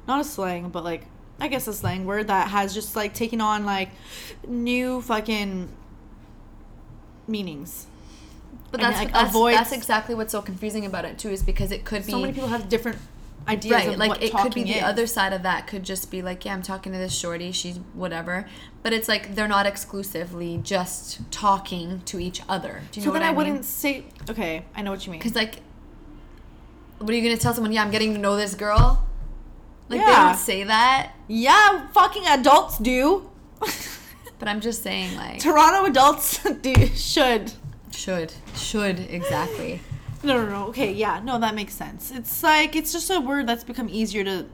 S1: not a slang, but like, I guess a slang word that has just like taken on like new fucking meanings.
S2: But
S1: and,
S2: that's
S1: like,
S2: that's,
S1: avoids-
S2: that's exactly what's so confusing about it too, is because it could be
S1: So many people have different ideas
S2: right,
S1: of
S2: like
S1: what
S2: it
S1: talking
S2: could be the
S1: is.
S2: other side of that could just be like, yeah, I'm talking to this shorty, she's whatever, but it's like they're not exclusively just talking to each other. Do you
S1: So
S2: know
S1: then
S2: what
S1: I,
S2: I,
S1: wouldn't say, okay, I know what you mean.
S2: Because like, what are you gonna tell someone? Yeah, I'm getting to know this girl. Like they
S1: Yeah.
S2: don't say that,
S1: Yeah, fucking adults do.
S2: but I'm just saying like
S1: Toronto adults do should.
S2: should should exactly.
S1: No, no, no. Okay, yeah, no, that makes sense. It's like it's just a word that's become easier to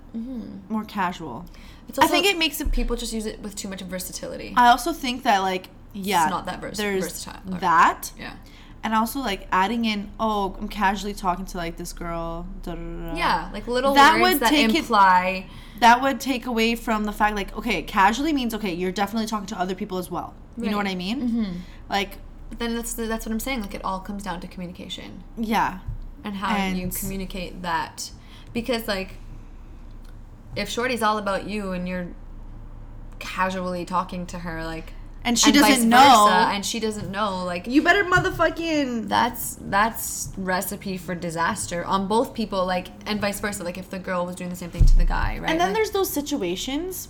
S1: more casual.
S2: Mm-hmm. It's
S1: I think it makes it.
S2: people just use it with too much versatility.
S1: I also think that like yeah,
S2: not that vers- versatile.
S1: that,
S2: yeah.
S1: and also like adding in oh, I'm casually talking to like this girl. Da, da, da, da.
S2: Yeah, like little
S1: That
S2: words
S1: would
S2: that
S1: take it-
S2: imply
S1: that would take away from the fact like okay, casually means okay, you're definitely talking to other people as well. You know
S2: Right.
S1: what I mean? Mm-hmm. Like
S2: But then that's that's what I'm saying. Like it all comes down to communication
S1: yeah,
S2: and how you
S1: And-
S2: communicate that, because like if Shorty's all about you and you're casually talking to her, like
S1: and she
S2: and
S1: doesn't
S2: vice
S1: know.
S2: versa, and she doesn't know, like
S1: you better motherfucking
S2: that's that's recipe for disaster on both people, like and vice versa. Like if the girl was doing the same thing to the guy, right?
S1: And then
S2: Like,
S1: there's those situations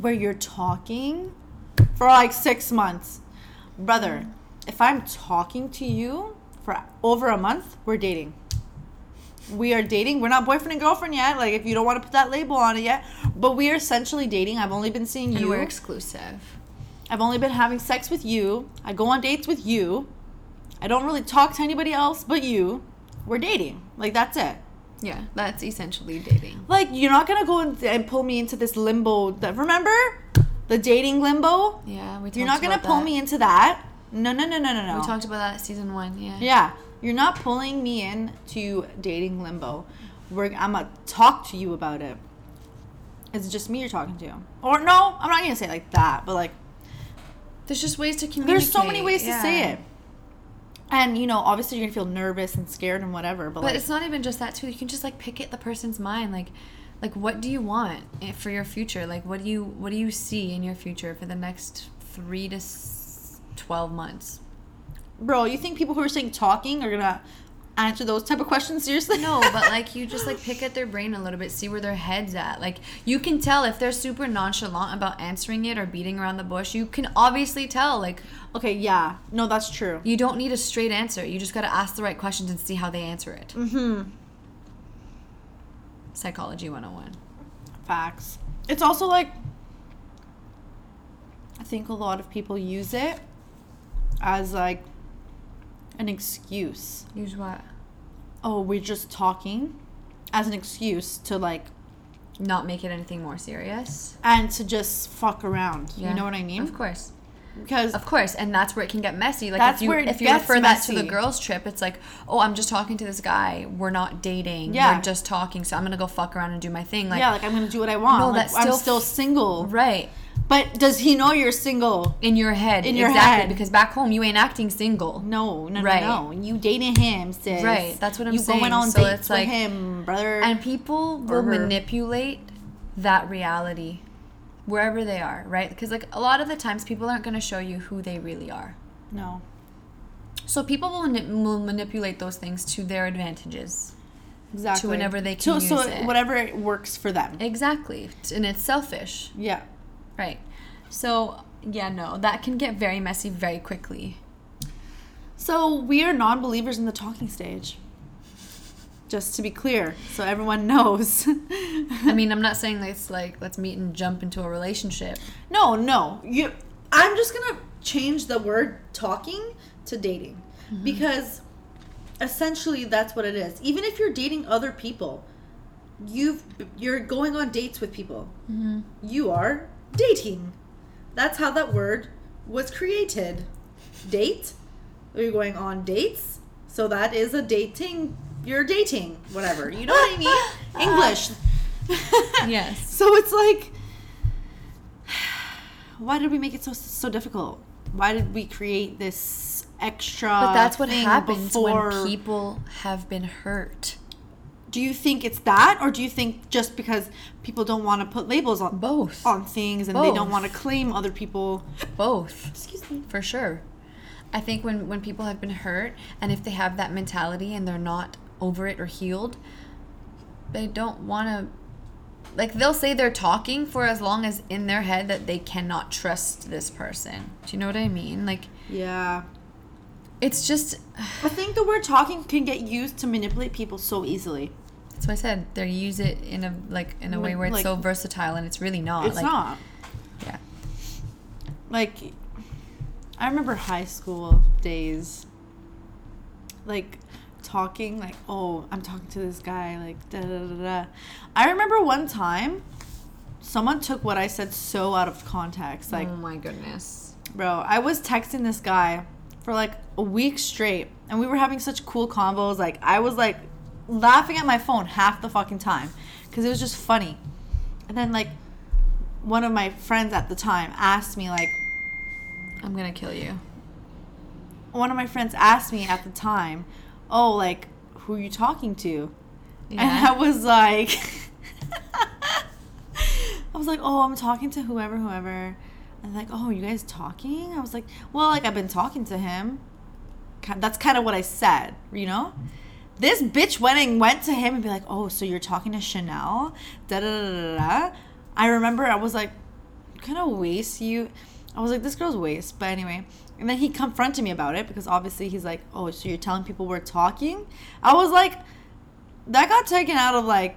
S1: where you're talking for like six months. Brother, if I'm talking to you for over a month, we're dating. We are dating. We're not boyfriend and girlfriend yet. Like, if you don't want to put that label on it yet, but we are essentially dating. I've only been seeing
S2: and
S1: you.
S2: we're exclusive.
S1: I've only been having sex with you. I go on dates with you. I don't really talk to anybody else but you. We're dating. Like, that's it.
S2: Yeah, that's essentially dating.
S1: Like, you're not gonna go and, and pull me into this limbo that, remember? The dating limbo?
S2: Yeah, we.
S1: You're
S2: talked
S1: not gonna
S2: about
S1: pull
S2: that.
S1: me into that. No, no, no, no, no, no.
S2: We talked about that season one. Yeah.
S1: yeah, you're not pulling me in to dating limbo. We're, I'm gonna talk to you about it. It's just me you're talking to. Or, no, I'm not gonna say it like that, but like,
S2: There's just ways to communicate.
S1: there's so many ways to say
S2: yeah.
S1: it. And, you know, obviously you're gonna feel nervous and scared and whatever, but,
S2: But
S1: like,
S2: it's not even just that too. You can just like pick at the person's mind, like, like what do you want i- for your future? Like, what do you what do you see in your future for the next three to s- twelve months?
S1: bro, you think people who are saying talking are gonna answer those type of questions seriously?
S2: No, but like you just like pick at their brain a little bit, see where their head's at. Like you can tell if they're super nonchalant about answering it or beating around the bush. You can obviously tell. Like
S1: Okay, yeah. No, that's true.
S2: you don't need a straight answer. You just got to ask the right questions and see how they answer it. Mm-hmm. Psychology 101.
S1: Facts. It's also like I think a lot of people use it as like an excuse.
S2: Use what?
S1: Oh, we're just talking as an excuse to like
S2: Not make it anything more serious.
S1: and to just fuck around.
S2: Yeah.
S1: You know what I mean?
S2: Of course.
S1: Because
S2: Of course, and that's where it can get messy. Like
S1: That's
S2: if you
S1: where it
S2: if you
S1: gets
S2: refer that to
S1: messy.
S2: the girls trip, it's like, oh, I'm just talking to this guy. We're not dating.
S1: Yeah.
S2: We're just talking. So I'm gonna go fuck around and do my thing. Like,
S1: yeah, like I'm gonna do what I want.
S2: No,
S1: like,
S2: that's
S1: I'm
S2: still
S1: still single.
S2: right
S1: But does he know you're single?
S2: in your head.
S1: In your
S2: exactly,
S1: head.
S2: Because back home, you ain't acting single.
S1: No, no,
S2: Right.
S1: no, no. You dating him, sis.
S2: Right, that's what I'm
S1: you You
S2: saying.
S1: going on
S2: So
S1: dates
S2: it's
S1: with
S2: like-
S1: him, brother.
S2: And people
S1: Or
S2: will
S1: her.
S2: manipulate that reality wherever they are. Right? Because like a lot of the times, people aren't gonna show you who they really are.
S1: no.
S2: So people will, manip- will manipulate those things to their advantages.
S1: Exactly.
S2: whenever they
S1: So-
S2: can
S1: so
S2: use it.
S1: whatever it works for them.
S2: Exactly, and it's selfish.
S1: Yeah.
S2: Right. So, yeah, no, that can get very messy very quickly.
S1: So we are non-believers in the talking stage. Just to be clear, so everyone knows.
S2: I mean, I'm not saying that it's like, let's meet and jump into a relationship.
S1: no, no. You I'm just going to change the word talking to dating because essentially that's what it is. Even if you're dating other people, you've you're going on dates with people. You are dating. That's how that word was created. Date. You're going on dates. So that is a dating. You're dating. Whatever. You know what I mean? English.
S2: Yes.
S1: So it's like, why did we make it so so difficult? Why did we create this extra?
S2: But that's what
S1: thing
S2: happens
S1: before-
S2: when people have been hurt.
S1: Do you think it's that, or do you think just because people don't want to put labels on
S2: Both.
S1: on things and they don't
S2: Both.
S1: want to claim other people?
S2: Both.
S1: Excuse me.
S2: For sure. I think when, when people have been hurt and if they have that mentality and they're not over it or healed, they don't want to. Like, they'll say they're talking for as long as in their head that they cannot trust this person. Do you know what I mean? Like,
S1: Yeah.
S2: it's just.
S1: I think the word talking can get used to manipulate people so easily.
S2: That's what I said. They use it in a like in a way where it's
S1: Like-
S2: so versatile and it's really not.
S1: It's
S2: like,
S1: not.
S2: Yeah.
S1: Like, I remember high school days. Like, talking, like, oh, I'm talking to this guy, like, da da da da. I remember one time someone took what I said so out of context. Like,
S2: oh my goodness.
S1: Bro, I was texting this guy for like a week straight, and we were having such cool combos. Like, I was like laughing at my phone half the fucking time because it was just funny. And then, like, one of my friends at the time asked me, like,
S2: I'm gonna kill you.
S1: one of my friends asked me at the time, oh, like, who are you talking to? And
S2: Yeah.
S1: I was like, I was like, oh, I'm talking to whoever, whoever. And like, oh, you guys talking? I was like, well, like I've been talking to him. Ki- That's kind of what I said, you know. This bitch went and went to him and be like, oh, so you're talking to Chanel? Da da da da da. da. I remember I was like, kind of waste you. I was like, this girl's waste. But anyway, and then he confronted me about it because obviously he's like, oh, so you're telling people we're talking? I was like, that got taken out of like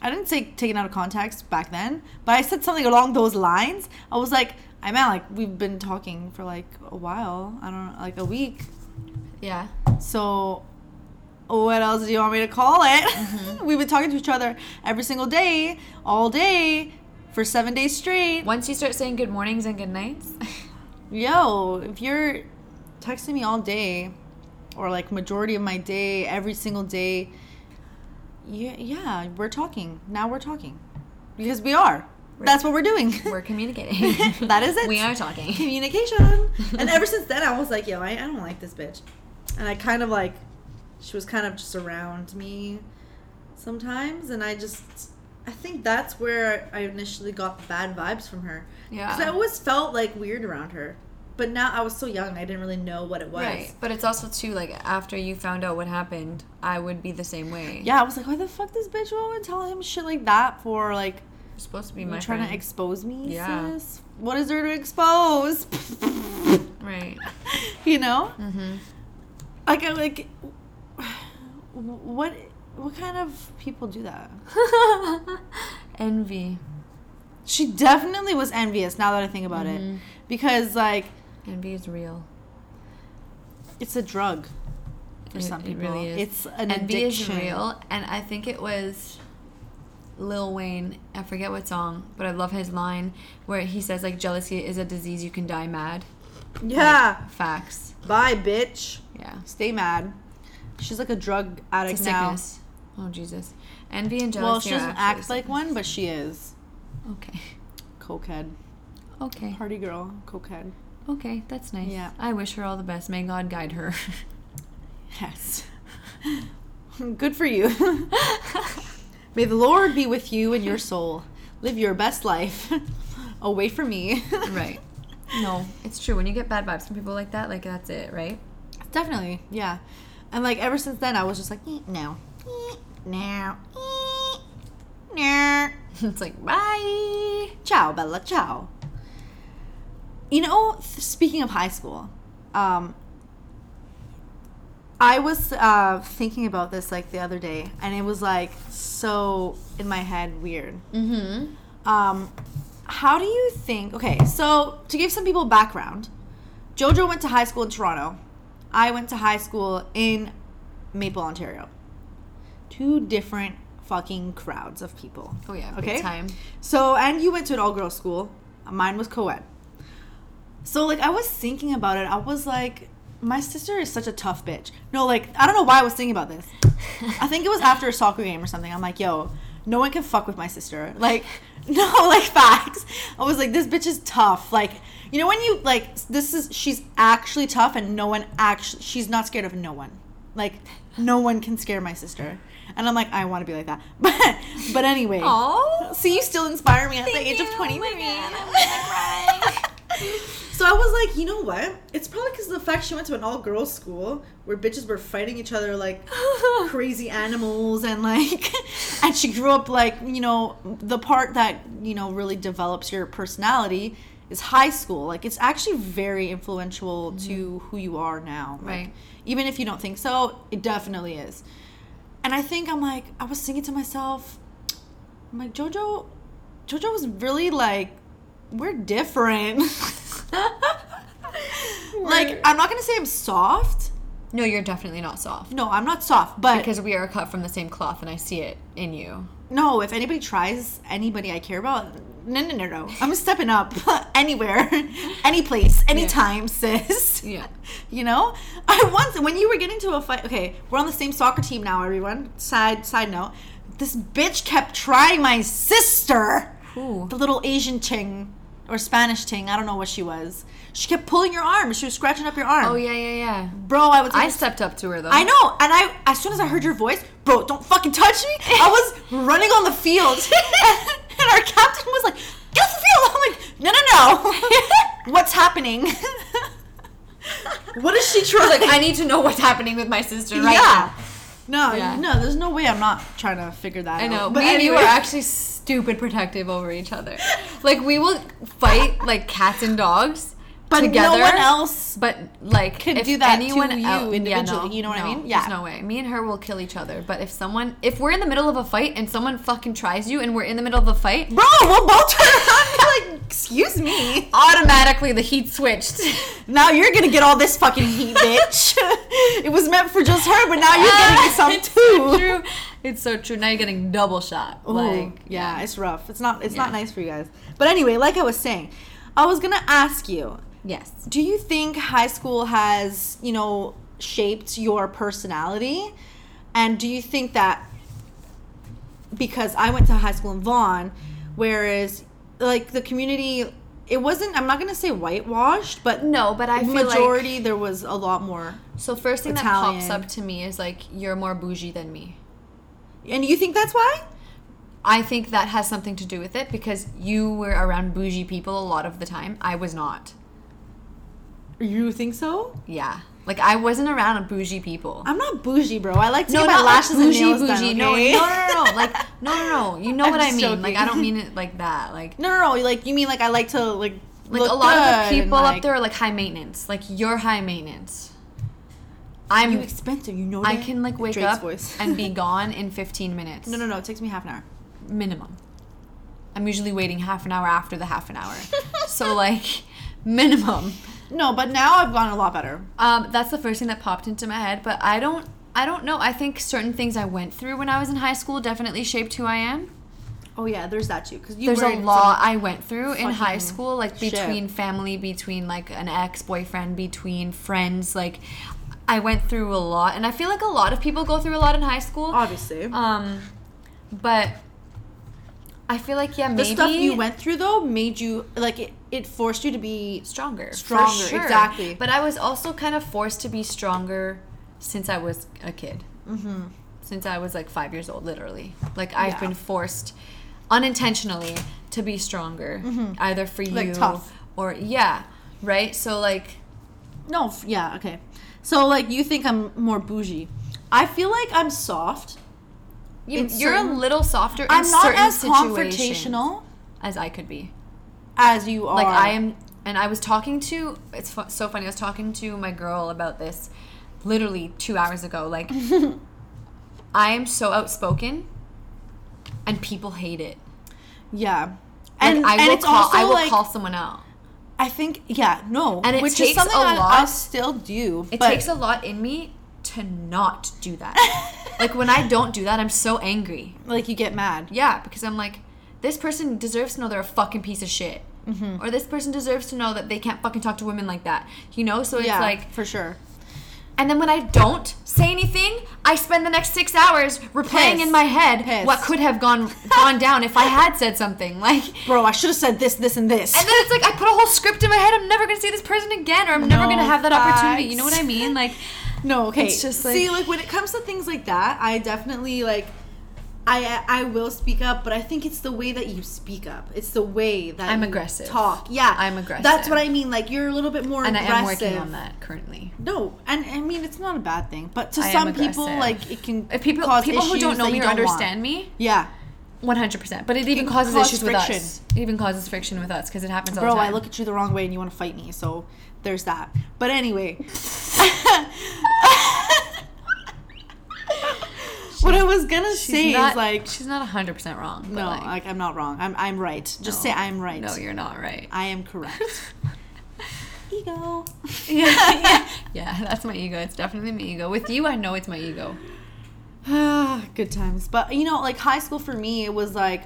S1: I didn't say taken out of context back then, but I said something along those lines. I was like, I meant like we've been talking for like a while. I don't know, like a week.
S2: yeah.
S1: So what else do you want me to call it? we've been talking to each other every single day, all day, for seven days straight.
S2: Once you start saying good mornings and good nights,
S1: Yo, if you're texting me all day, or like majority of my day, every single day, yeah, yeah, we're talking. Now we're talking because we are. That's what we're doing.
S2: we're communicating.
S1: that is it.
S2: We are talking.
S1: communication. and ever since then, I was like, yo, I, I don't like this bitch, and I kind of like, she was kind of just around me sometimes, and I just, I think that's where I initially got bad vibes from her. Because I
S2: Yeah.
S1: always felt like weird around her. But now I was so young, I didn't really know what it was.
S2: Right. But it's also too like after you found out what happened, I would be the same way.
S1: Yeah, I was like, why the fuck this bitch won't tell him shit like that for like
S2: You're supposed to be
S1: you
S2: my
S1: trying
S2: friend.
S1: to expose me,
S2: Yeah.
S1: sis? What is there to expose?
S2: right.
S1: you know?
S2: Mm-hmm.
S1: Like I like what what kind of people do that?
S2: Envy.
S1: She definitely was envious now that I think about
S2: Mm-hmm.
S1: it. Because, like,
S2: Envy is real.
S1: it's a drug for
S2: It-
S1: some
S2: it
S1: people.
S2: really is.
S1: It's an
S2: Envy
S1: addiction.
S2: is real, and I think it was Lil Wayne. I forget what song, but I love his line where he says like jealousy is a disease you can die mad.
S1: Yeah.
S2: Facts.
S1: Bye, bitch.
S2: Yeah.
S1: Stay mad. She's like a drug addict
S2: It's a
S1: now.
S2: sickness. Oh Jesus. Envy and
S1: Well,
S2: jealousy.
S1: she
S2: are
S1: doesn't
S2: actually
S1: act like one, but she is.
S2: sick- Okay.
S1: Cokehead.
S2: Okay.
S1: Party girl. Cokehead.
S2: Okay, that's nice.
S1: Yeah.
S2: I wish her all the best. May God guide her.
S1: Yes. Good for you. May the Lord be with you and your soul. Live your best life. Away from me.
S2: right. No, it's true. When you get bad vibes from people like that, like that's it, right?
S1: Definitely. Yeah. And like ever since then, I was just like, "Eh, no. Eh, No. Eh, No.
S2: it's like bye.
S1: Ciao, Bella. Ciao. You know, th- speaking of high school, um, I was uh, thinking about this like the other day, and it was like so in my head weird.
S2: Mm-hmm.
S1: Um, how do you think? Okay, so to give some people background, JoJo went to high school in Toronto. I went to high school in Maple, Ontario. Two different fucking crowds of people.
S2: Oh yeah. big
S1: Okay.
S2: Time.
S1: So, and you went to an all girls school. Mine was co ed. So, like, I was thinking about it. I was like, my sister is such a tough bitch. No, like, I don't know why I was thinking about this. I think it was after a soccer game or something. I'm like, yo, no one can fuck with my sister. Like, no, like, facts. I was like, this bitch is tough. Like, you know, when you, like, this is, she's actually tough and no one actually, she's not scared of no one. Like, no one can scare my sister. And I'm like, I want to be like that. But, but anyway.
S2: Oh.
S1: So you still inspire me at
S2: Thank
S1: the age
S2: you.
S1: of
S2: Oh my
S1: 23.
S2: God, I'm gonna
S1: so I was like, you know what? It's probably because of the fact she went to an all girls school where bitches were fighting each other like crazy animals and like, and she grew up like, you know, the part that, you know, really develops your personality is high school. Like, it's actually very influential to who you are now. Like,
S2: Right.
S1: Even if you don't think so, it definitely is. And I think I'm like, I was thinking to myself, I'm like, JoJo, JoJo was really like, we're different. like, I'm not gonna say I'm soft.
S2: No, you're definitely not soft
S1: No, I'm not soft, but
S2: because we are cut from the same cloth, and I see it in you.
S1: no, if anybody tries anybody I care about, no, no, no, no. I'm stepping up anywhere, any place, anytime, sis.
S2: Yeah.
S1: You know, I once when you were getting to a fight. Okay, we're on the same soccer team now, everyone. Side side note, this bitch kept trying my sister.
S2: Who?
S1: The little Asian ting or Spanish ting, I don't know what she was. She kept pulling your arm. She was scratching up your arm.
S2: Oh yeah, yeah, yeah.
S1: bro, I was.
S2: I stepped up to her though.
S1: I know, and I as soon as I heard your voice, bro, don't fucking touch me. I was running on the field, and, our captain was like, "Get off the field!" I'm like, "No, no, no, what's happening? what is she trying?"
S2: Like I need to know what's happening with my sister right
S1: yeah.
S2: now.
S1: No,
S2: Yeah.
S1: no, there's no way I'm not trying to figure that out.
S2: I know.
S1: but
S2: we and you are
S1: anyway.
S2: actually stupid protective over each other. Like we will fight like cats and dogs,
S1: but
S2: together.
S1: no one else
S2: But like,
S1: Can
S2: if
S1: do that to
S2: anyone
S1: you
S2: el-
S1: individually, you know what I
S2: no,
S1: mean? Yeah.
S2: There's no way. Me and her will kill each other. But if someone, if we're in the middle of a fight and someone fucking tries you, and we're in the middle of a fight,
S1: bro, we'll both turn around and be like, excuse me.
S2: automatically the heat switched.
S1: Now you're gonna get all this fucking heat, bitch. it was meant for just her, but now you're getting some
S2: it's so
S1: too.
S2: true. It's so true. Now you're getting double shot.
S1: Ooh,
S2: like
S1: yeah, it's rough. It's not it's not
S2: Yeah.
S1: nice for you guys. But anyway, like I was saying, I was gonna ask you,
S2: Yes.
S1: do you think high school has, you know, shaped your personality? And do you think that because I went to high school in Vaughan, whereas like the community it wasn't I'm not gonna say whitewashed, but
S2: No, but I feel like
S1: majority there was a lot more.
S2: so. First thing that pops
S1: Italian.
S2: up to me is like you're more bougie than me.
S1: And you think that's why?
S2: I think that has something to do with it because you were around bougie people a lot of the time. I was not.
S1: You think so?
S2: Yeah. Like I wasn't around bougie people.
S1: I'm not bougie, bro. I like to get my
S2: not like
S1: lashes and nails done.
S2: No,
S1: okay?
S2: no, no, no. Like no, no, no. You know
S1: I'm
S2: what I
S1: just
S2: mean?
S1: joking.
S2: Like I don't mean it like that. Like
S1: No, no, no. Like you mean like I like to like
S2: like
S1: look
S2: a lot of
S1: good
S2: the
S1: and,
S2: people
S1: like,
S2: up there are like high maintenance. Like you're high maintenance. I'm
S1: You expensive, you know.
S2: I
S1: that?
S2: can like wake
S1: Drake's
S2: up and be gone in 15 minutes.
S1: no, no, no. It takes me half an hour.
S2: Minimum. I'm usually waiting half an hour after the half an hour. so like minimum.
S1: No, but now I've gotten a lot better.
S2: Um, that's the first thing that popped into my head, but I don't I don't know. I think certain things I went through when I was in high school definitely shaped who I am.
S1: Oh yeah, there's that too. Because
S2: There's a lot I went through in high
S1: fucking
S2: school, like
S1: shit.
S2: between family, between like an ex boyfriend, between friends. Like, I went through a lot, and I feel like a lot of people go through a lot in high school.
S1: obviously.
S2: Um, but I feel like yeah,
S1: the
S2: maybe
S1: stuff you went through though made you like it, it forced you to be
S2: stronger, for
S1: Stronger, exactly.
S2: But I was also kind of forced to be stronger since I was a kid. Mm-hmm. Since I was like five years old, literally. Like I've
S1: Yeah.
S2: been forced unintentionally to be stronger, either for you
S1: Mm-hmm. Like, tough.
S2: or yeah, right. So like
S1: no f- yeah okay so like you think i'm more bougie i feel like i'm soft
S2: you,
S1: In
S2: you're a
S1: certain-
S2: little softer. in
S1: i'm not
S2: certain
S1: as
S2: situations
S1: confrontational
S2: as I could be.
S1: as you are
S2: like i am and i was talking to it's fu- so funny i was talking to my girl about this literally two hours ago like i am so outspoken and people hate it
S1: yeah
S2: like,
S1: and
S2: i will
S1: and it's
S2: call
S1: also
S2: i will
S1: like
S2: call someone out
S1: i think yeah no
S2: And it
S1: which
S2: takes
S1: is something
S2: a
S1: I, I
S2: lot-
S1: still do
S2: it
S1: but
S2: takes a lot in me to not do that like when i don't do that i'm so angry
S1: like you get mad
S2: yeah because i'm like this person deserves to know they're a fucking piece of shit
S1: Mm-hmm.
S2: or this person deserves to know that they can't fucking talk to women like that you know so it's
S1: yeah
S2: like
S1: for sure
S2: And then when I don't say anything, I spend the next six hours replaying
S1: Pissed.
S2: in my head
S1: Pissed.
S2: what could have gone gone down if I had said something. Like, and
S1: bro i should have said this this and this
S2: then it's like I put a whole script in my head. I'm never gonna see this person again, or I'm never
S1: No,
S2: gonna have that opportunity. You know what I
S1: facts.
S2: mean? Like,
S1: No, okay.
S2: It's just,
S1: see,
S2: like-
S1: like when it comes to things like that, I definitely like, I I will speak up, but I think it's the way that you speak up. It's the way that
S2: I'm
S1: you
S2: aggressive.
S1: Talk, yeah,
S2: I'm aggressive.
S1: That's what I mean. Like you're a little bit more
S2: and I
S1: aggressive.
S2: am working on that currently.
S1: No, and I mean it's not a bad thing, but to
S2: I am
S1: some people,
S2: aggressive.
S1: like it can
S2: If people
S1: cause
S2: people who
S1: issues
S2: don't know
S1: that
S2: me
S1: you
S2: or
S1: don't want.
S2: understand me,
S1: Yeah,
S2: 100. percent But it even
S1: can
S2: causes
S1: cause
S2: issues with us. It even causes friction with us because it happens all
S1: bro,
S2: the time.
S1: I look at you the wrong way and you want to fight me. So there's that. But anyway. What I was gonna
S2: She's
S1: say
S2: not,
S1: is like
S2: she's not 100 percent wrong. But
S1: No,
S2: like,
S1: like, I'm not wrong. I'm I'm right. Just
S2: No.
S1: say I'm right.
S2: no, you're not right.
S1: I am correct. Ego.
S2: yeah, yeah, yeah. That's my ego. It's definitely my ego. With you, I know it's my ego.
S1: Good times. But you know, like high school for me, it was like,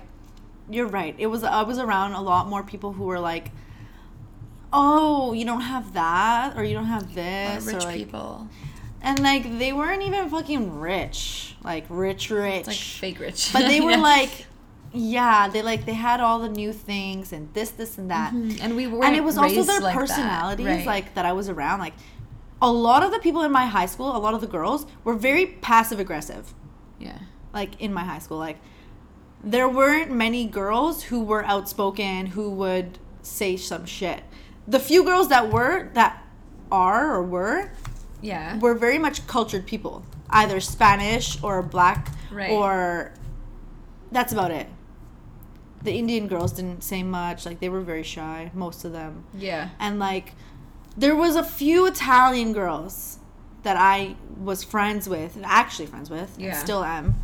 S1: you're right. It was I was around a lot more people who were like, oh, you don't have that, or you don't have this, or
S2: rich
S1: like,
S2: people.
S1: and like they weren't even fucking rich, like rich, rich.
S2: It's like fake rich.
S1: but they were
S2: Yeah.
S1: like, yeah, they like they had all the new things and this, this, and that.
S2: and we were,
S1: and it was also their personalities like that i was around like a lot of the people in my high school a lot of the girls were very passive aggressive
S2: yeah,
S1: like in my high school like there weren't many girls who were outspoken who would say some shit the few girls that were that are or were
S2: yeah.
S1: were very much cultured people either spanish or black
S2: Right.
S1: or that's about it the indian girls didn't say much like they were very shy most of them
S2: yeah,
S1: and like there was a few Italian girls that I was friends with and actually friends with and
S2: Yeah.
S1: still am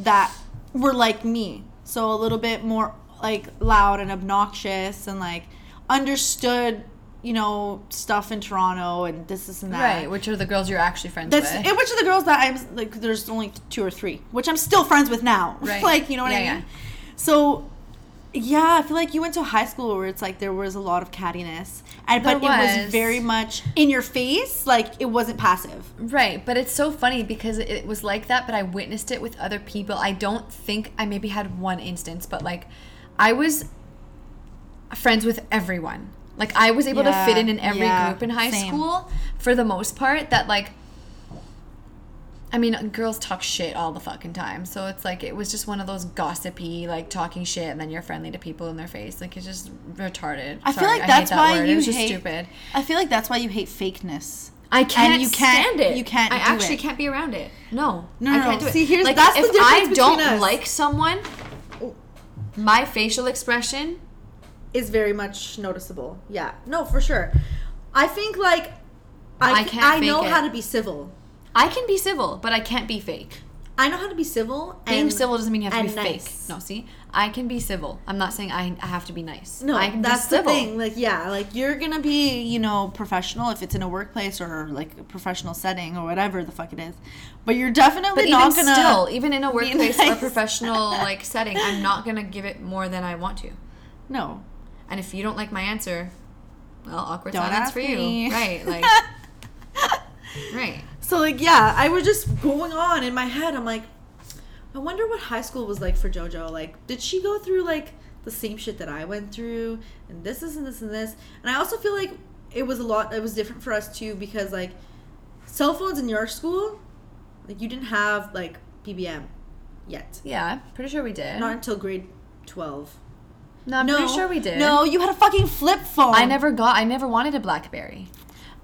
S1: that were like me so a little bit more like loud and obnoxious and like understood you know stuff in Toronto and this this and that
S2: right. Which are the girls you're actually friends
S1: that's
S2: with?
S1: it, which of the girls that I'm like there's only two or three which I'm still friends with now
S2: Right.
S1: like you know what I mean
S2: Yeah,
S1: so yeah I feel like you went to high school where it's like there was a lot of cattiness and but
S2: There
S1: it
S2: was.
S1: was very much in your face like it wasn't passive
S2: Right, but it's so funny because it- it was like that, but I witnessed it with other people. I don't think I maybe had one instance, but like I was friends with everyone. Like I was able
S1: Yeah,
S2: to fit in in every
S1: yeah,
S2: group in high
S1: same.
S2: school for the most part that like I mean, girls talk shit all the fucking time. So it's like it was just one of those gossipy like talking shit and then you're friendly to people in their face. Like it's just retarded.
S1: I feel
S2: Sorry,
S1: like
S2: hate
S1: that's
S2: that
S1: why
S2: word.
S1: you
S2: it was just
S1: hate-
S2: stupid.
S1: I feel like that's why you hate fakeness
S2: I can't.
S1: you can't-
S2: stand it.
S1: you can't
S2: I
S1: do
S2: actually
S1: it.
S2: can't be around it. No,
S1: No,
S2: I
S1: no,
S2: can't
S1: no.
S2: do it.
S1: See, here's-
S2: like,
S1: that's the
S2: if
S1: difference
S2: I don't
S1: between us.
S2: like someone, my facial expression.
S1: is very much noticeable yeah no for sure I think like
S2: I
S1: I,
S2: can't
S1: I
S2: fake
S1: know
S2: it.
S1: how to be civil
S2: I can be civil, but I can't be fake.
S1: I know how to be civil.
S2: Being
S1: and
S2: civil doesn't mean you have to
S1: and
S2: be
S1: nice.
S2: fake. No, see, I can be civil. I'm not saying I, I have to be nice.
S1: No,
S2: I can
S1: that's
S2: be
S1: the
S2: civil.
S1: thing. Like, yeah, like you're gonna be, you know, professional if it's in a workplace or like a professional setting or whatever the fuck it is. But you're definitely
S2: But
S1: not
S2: even
S1: gonna.
S2: still, even in a workplace or
S1: nice.
S2: professional like setting, I'm not gonna give it more than I want to.
S1: no,
S2: And if you don't like my answer, well, awkward
S1: don't
S2: silence
S1: ask
S2: for
S1: me.
S2: you, right? Like, right.
S1: so like, yeah, I was just going on in my head. I'm like, I wonder what high school was like for JoJo. Like, did she go through like the same shit that I went through? And this, this, and this, and this. And I also feel like it was a lot. It was different for us too because like, cell phones in your school, like you didn't have like PBM yet.
S2: Yeah, pretty sure we did.
S1: Not until grade 12.
S2: no, I'm
S1: no,
S2: pretty sure we did.
S1: No, you had a fucking flip phone.
S2: I never got. I never wanted a BlackBerry.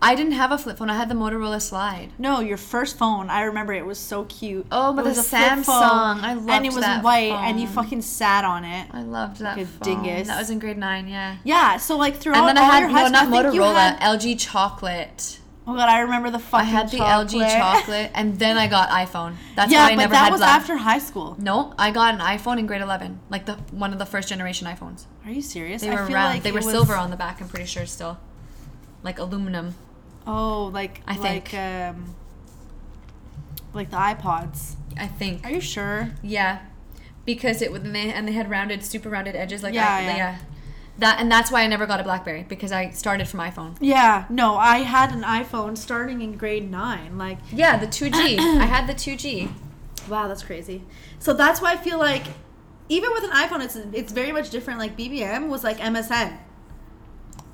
S2: I didn't have a flip phone. I had the Motorola Slide.
S1: No, your first phone. I remember it was so cute.
S2: Oh, but
S1: it was
S2: the
S1: a flip
S2: Samsung.
S1: phone,
S2: I
S1: And
S2: loved
S1: it was
S2: that
S1: white, and you
S2: phone.
S1: fucking sat on it.
S2: I loved that
S1: a
S2: phone.
S1: dingus.
S2: That was in grade nine. Yeah.
S1: Yeah, so like
S2: And
S1: throughout
S2: then I
S1: all
S2: had
S1: your high
S2: no, not
S1: school, I think you
S2: Motorola.
S1: had-
S2: LG Chocolate.
S1: oh god, I remember the
S2: I
S1: fucking.
S2: had the LG Chocolate, and then I got iPhone. That's
S1: yeah,
S2: why I
S1: but
S2: never
S1: that
S2: had
S1: was
S2: Black.
S1: after high school.
S2: No, I got an iPhone in grade eleven, like the one of the first generation iPhones.
S1: Are you serious?
S2: They
S1: I
S2: were
S1: feel
S2: round.
S1: like
S2: they
S1: it
S2: were
S1: was-
S2: silver on the back. I'm pretty sure still, like aluminum.
S1: Oh, like
S2: I
S1: like
S2: think.
S1: um, like the iPods.
S2: I think.
S1: Are you sure?
S2: Yeah, because it would and they, and they had rounded, super rounded edges like
S1: Yeah,
S2: I,
S1: yeah.
S2: yeah. That and that's why I never got a BlackBerry because I started from iPhone.
S1: Yeah, no, I had an iPhone starting in grade nine. Like,
S2: Yeah, the 2G. I had the 2G.
S1: Wow, that's crazy. So that's why I feel like even with an iPhone, it's it's very much different. Like BBM was like MSN.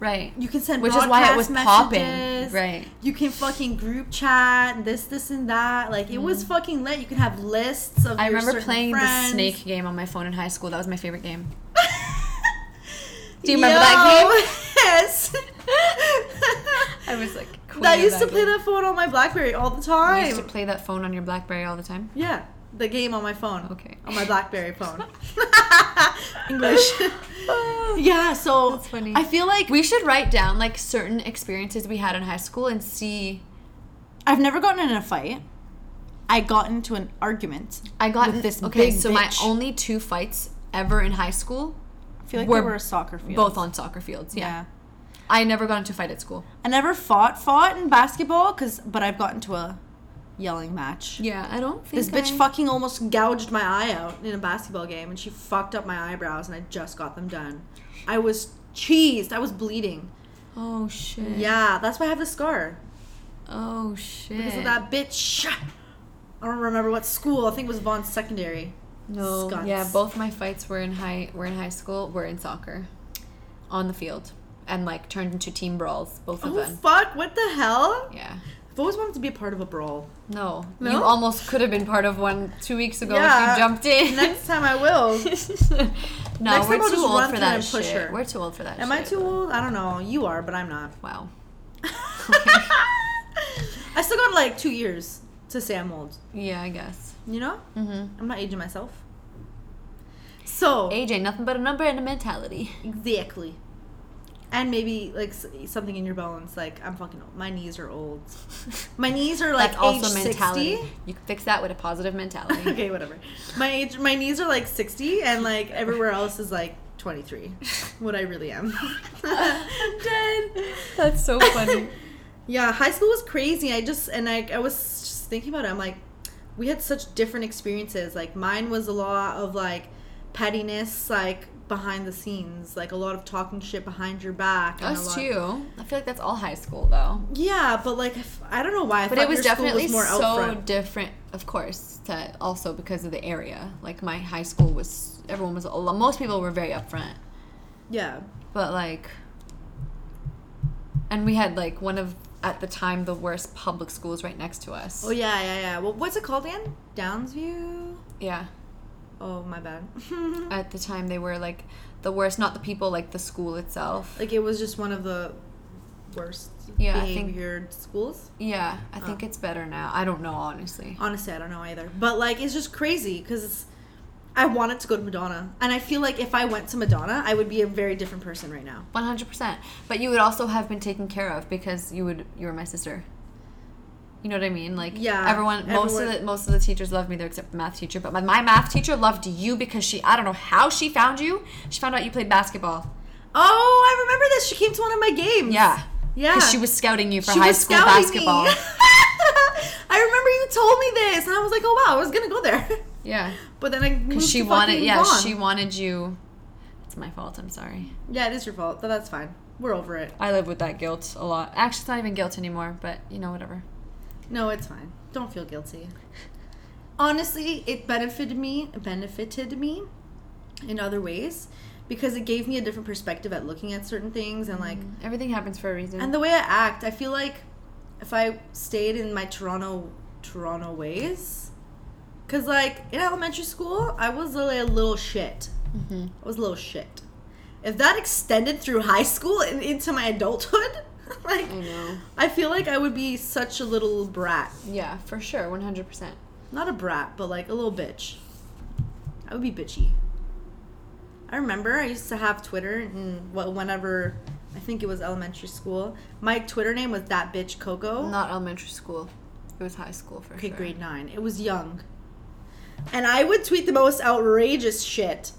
S2: Right.
S1: You can send
S2: Which is why it was
S1: broadcast messages.
S2: popping. Right.
S1: You can fucking group chat, this, this, and that. Like it was fucking lit. You can have lists of.
S2: Mm-hmm. I
S1: your
S2: remember
S1: certain
S2: playing
S1: friends.
S2: the snake game on my phone in high school. That was my favorite game.
S1: Do
S2: you remember that
S1: Yes.
S2: I was like, queen
S1: I
S2: of
S1: used to
S2: that
S1: play
S2: game.
S1: that phone on my BlackBerry all the
S2: You
S1: time.
S2: used to play that phone on your BlackBerry all the time. Oh
S1: Yeah, the game on my phone.
S2: Okay.
S1: On my BlackBerry phone. English. yeah, so
S2: That's funny.
S1: I feel like
S2: We should write down like certain experiences we had in high school and see.
S1: I've never gotten in a fight. I got into an argument.
S2: I got
S1: With this
S2: okay.
S1: big
S2: so my
S1: bitch.
S2: only two fights ever in high school,
S1: I feel like
S2: We're
S1: we were a soccer field.
S2: both on soccer fields. Yeah.
S1: Yeah.
S2: I never got into a fight at school.
S1: I never fought fought in basketball cuz but I've gotten to a yelling match.
S2: Yeah, I don't think
S1: This bitch fucking almost gouged my eye out in a basketball game and she fucked up my eyebrows and I just got them done. I was cheesed. I was bleeding.
S2: Oh shit.
S1: Yeah, that's why I have the scar.
S2: Oh shit.
S1: Because of that bitch. I don't remember what school. I think it was Vaughn's secondary.
S2: No.
S1: Scots.
S2: Yeah, both my fights were in high were in high school. Were in soccer, on the field, and like turned into team brawls. Both of
S1: Oh
S2: them.
S1: fuck! What the hell?
S2: Yeah.
S1: I've always wanted to be a part of a brawl.
S2: No. You
S1: No?
S2: almost could have been part of one two weeks ago if
S1: Yeah.
S2: you jumped in.
S1: Next time I will.
S2: no,
S1: Next
S2: we're
S1: time I'll
S2: too
S1: just
S2: old
S1: run
S2: for
S1: through
S2: that
S1: and push
S2: shit.
S1: her.
S2: We're too old for that
S1: Am I
S2: shit.
S1: too old? I don't know. You are, but I'm not.
S2: Wow.
S1: I still got like two years to say I'm old.
S2: Yeah, I guess.
S1: You know,
S2: Mm-hmm.
S1: I'm not aging myself. So
S2: AJ, nothing but a number and a mentality.
S1: exactly, and maybe like s- something in your bones. Like I'm fucking old. My knees are old. My knees are like
S2: That's also
S1: age
S2: mentality.
S1: 60.
S2: You can fix that with a positive mentality.
S1: okay, whatever. My age, my knees are like 60, and like everywhere else is like 23. What I really am.
S2: I'm dead. That's so funny.
S1: yeah, high school was crazy. I just and I I was just thinking about it. I'm like, we had such different experiences. Like mine was a lot of like pettiness, like behind the scenes, like a lot of talking shit behind your back. and a
S2: Us
S1: lot-
S2: too. I feel like that's all high school though.
S1: Yeah, but like I f- I don't know why. I
S2: But
S1: thought
S2: it was
S1: your school
S2: definitely
S1: was more out
S2: so
S1: front.
S2: different, of course, to also because of the area. Like my high school was, everyone was, a lo- most people were very upfront.
S1: Yeah.
S2: But like, and we had like one of at the time the worst public schools right next to us.
S1: Oh yeah, yeah, yeah. Well, what's it called again? Downsview.
S2: yeah.
S1: Oh my bad.
S2: At the time they were like the worst, not the people, like the school itself.
S1: Like it was just one of the worst
S2: Yeah, I think-
S1: behavior schools.
S2: yeah, I think it's better now. I don't know honestly.
S1: Honestly, I don't know either. But like it's just crazy because I wanted to go to Madonna, and I feel like if I went to Madonna, I would be a very different person right now.
S2: One hundred percent. But you would also have been taken care of because you would you were my sister. You know what I mean? Like
S1: Yeah,
S2: everyone, most of
S1: everyone-
S2: the most of the teachers loved me there except for math teacher. But my, my math teacher loved you because she I don't know how she found you. She found out you played basketball.
S1: Oh, I remember this. She came to one of my games.
S2: Yeah.
S1: Yeah.
S2: Because she was scouting you for
S1: She
S2: high
S1: was
S2: school
S1: scouting me.
S2: basketball.
S1: I remember you told me this, and I was like, "Oh wow, I was gonna go there,"
S2: Yeah.
S1: but then I
S2: Because
S1: moved
S2: she
S1: to
S2: wanted
S1: fucking
S2: yeah,
S1: Vaughan.
S2: she wanted you It's my fault, I'm sorry.
S1: Yeah, it is your fault, but that's fine. We're over it.
S2: I live with that guilt a lot. Actually it's not even guilt anymore, but you know, whatever.
S1: No, it's fine. Don't feel guilty. Honestly, it benefited me. It benefited me in other ways because it gave me a different perspective at looking at certain things and like
S2: Everything happens for a reason.
S1: and the way I act. I feel like if I stayed in my Toronto Toronto ways, because like in elementary school, I was a little shit.
S2: Mhm.
S1: I was a little shit. If that extended through high school and into my adulthood, like
S2: I know.
S1: I feel like I would be such a little brat.
S2: Yeah, for sure, one hundred percent.
S1: Not a brat, but like a little bitch. I would be bitchy. I remember I used to have Twitter and wh- whenever I think it was elementary school, my Twitter name was that bitch Coco.
S2: Not elementary school. It was high school for
S1: okay,
S2: sure.
S1: grade 9. It was young. And I would tweet the most outrageous shit.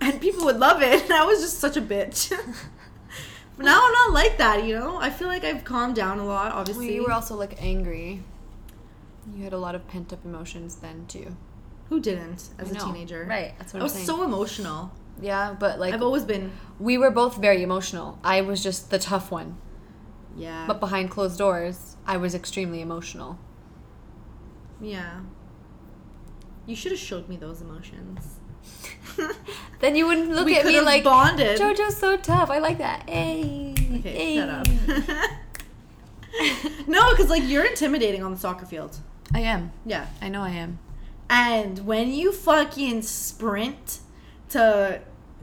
S1: And people would love it. And I was just such a bitch. but now I'm not like that, you know? I feel like I've calmed down a lot,
S2: Well,
S1: obviously.
S2: you were also like angry. You had a lot of pent up emotions then too.
S1: Who didn't as
S2: I
S1: a
S2: know.
S1: teenager?
S2: Right, that's what
S1: I
S2: I'm
S1: was
S2: saying.
S1: so emotional.
S2: Yeah, but like
S1: I've always been.
S2: we were both very emotional. I was just the tough one,
S1: Yeah.
S2: but behind closed doors, I was extremely emotional.
S1: Yeah. You should have showed me those emotions.
S2: Then you wouldn't look
S1: we
S2: at
S1: could
S2: me
S1: have
S2: like
S1: bonded.
S2: JoJo's so tough. I like that. Hey,
S1: okay, shut up. no, because like you're intimidating on the soccer field.
S2: I am.
S1: Yeah.
S2: I know I am.
S1: And when you fucking sprint to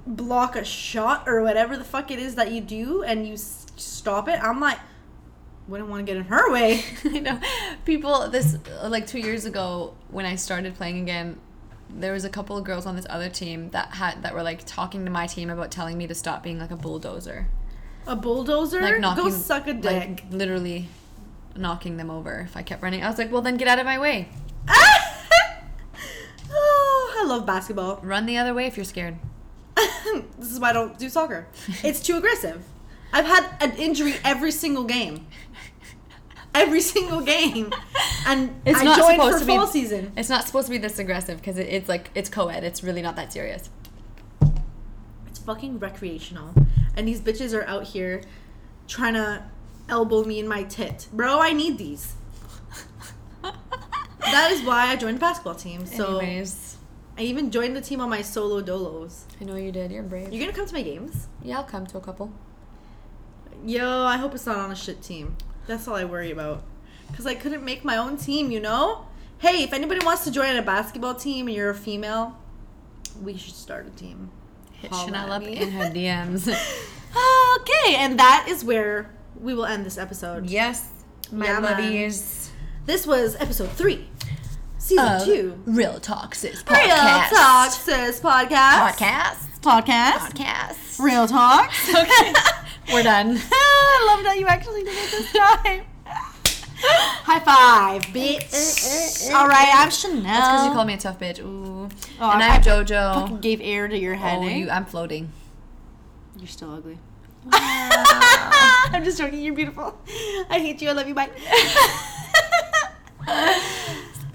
S1: block a shot or whatever the fuck it is that you do, and you s- stop it, I'm like, wouldn't want to get in her way.
S2: I know. People, this, like two years ago when I started playing again, there was a couple of girls on this other team that had that were like talking to my team about telling me to stop being like a bulldozer,
S1: A bulldozer?
S2: like knocking,
S1: Go suck a dick.
S2: like literally knocking them over if I kept running. I was like, well, then get out of my way,
S1: oh, I love basketball.
S2: run the other way if you're scared.
S1: this is why I don't do soccer. It's too aggressive. I've had an injury every single game. Every single game. And
S2: It's
S1: I
S2: not
S1: joined
S2: supposed
S1: for
S2: to be-
S1: fall season.
S2: It's not supposed to be this aggressive because it, it's like it's co-ed. It's really not that serious.
S1: It's fucking recreational. And these bitches are out here trying to elbow me in my tit. Bro, I need these. That is why I joined the basketball team. So
S2: Anyways,
S1: I even joined the team on my solo dolos.
S2: I know you did. You're brave.
S1: You're gonna come to my games?
S2: yeah, I'll come to a couple.
S1: Yo, I hope it's not on a shit team. That's all I worry about. Because I couldn't make my own team, you know? Hey, if anybody wants to join a basketball team and you're a female, we should start a team.
S2: Hit
S1: Holla
S2: Chanel
S1: at
S2: up
S1: me.
S2: in her DMs.
S1: okay, and that is where we will end this episode.
S2: Yes, my
S1: Yeah, man.
S2: lovies.
S1: This was episode three, season
S2: Of
S1: two.
S2: Real Talks is
S1: Real
S2: podcast.
S1: Talk Sis Podcast.
S2: Podcast.
S1: Podcast.
S2: Podcast.
S1: Real Talk.
S2: Okay. We're done.
S1: I love that you actually did it this time. High five, bitch. All right, I'm Chanel.
S2: That's because you called me a tough bitch. Ooh.
S1: Oh,
S2: and
S1: I-
S2: I'm
S1: I
S2: JoJo.
S1: Fucking gave air to your head.
S2: Oh,
S1: eh?
S2: you, I'm floating.
S1: You're still ugly. I'm just joking. You're beautiful. I hate you. I love you. Bye.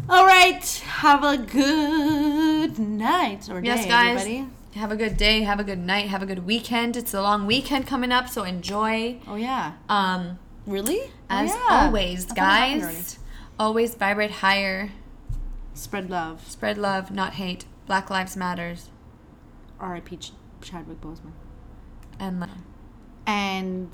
S1: All right. Have a good night or
S2: Yes,
S1: day,
S2: guys.
S1: everybody.
S2: Have a good day. Have a good night. Have a good weekend. It's a long weekend coming up, so enjoy.
S1: Oh yeah.
S2: Um,
S1: Really?
S2: as
S1: Oh, yeah.
S2: always,
S1: I thought it happened already.
S2: guys, always vibrate higher.
S1: Spread love.
S2: Spread love, not hate. Black Lives Matters.
S1: R.I.P. Ch- Chadwick Boseman.
S2: And like,
S1: And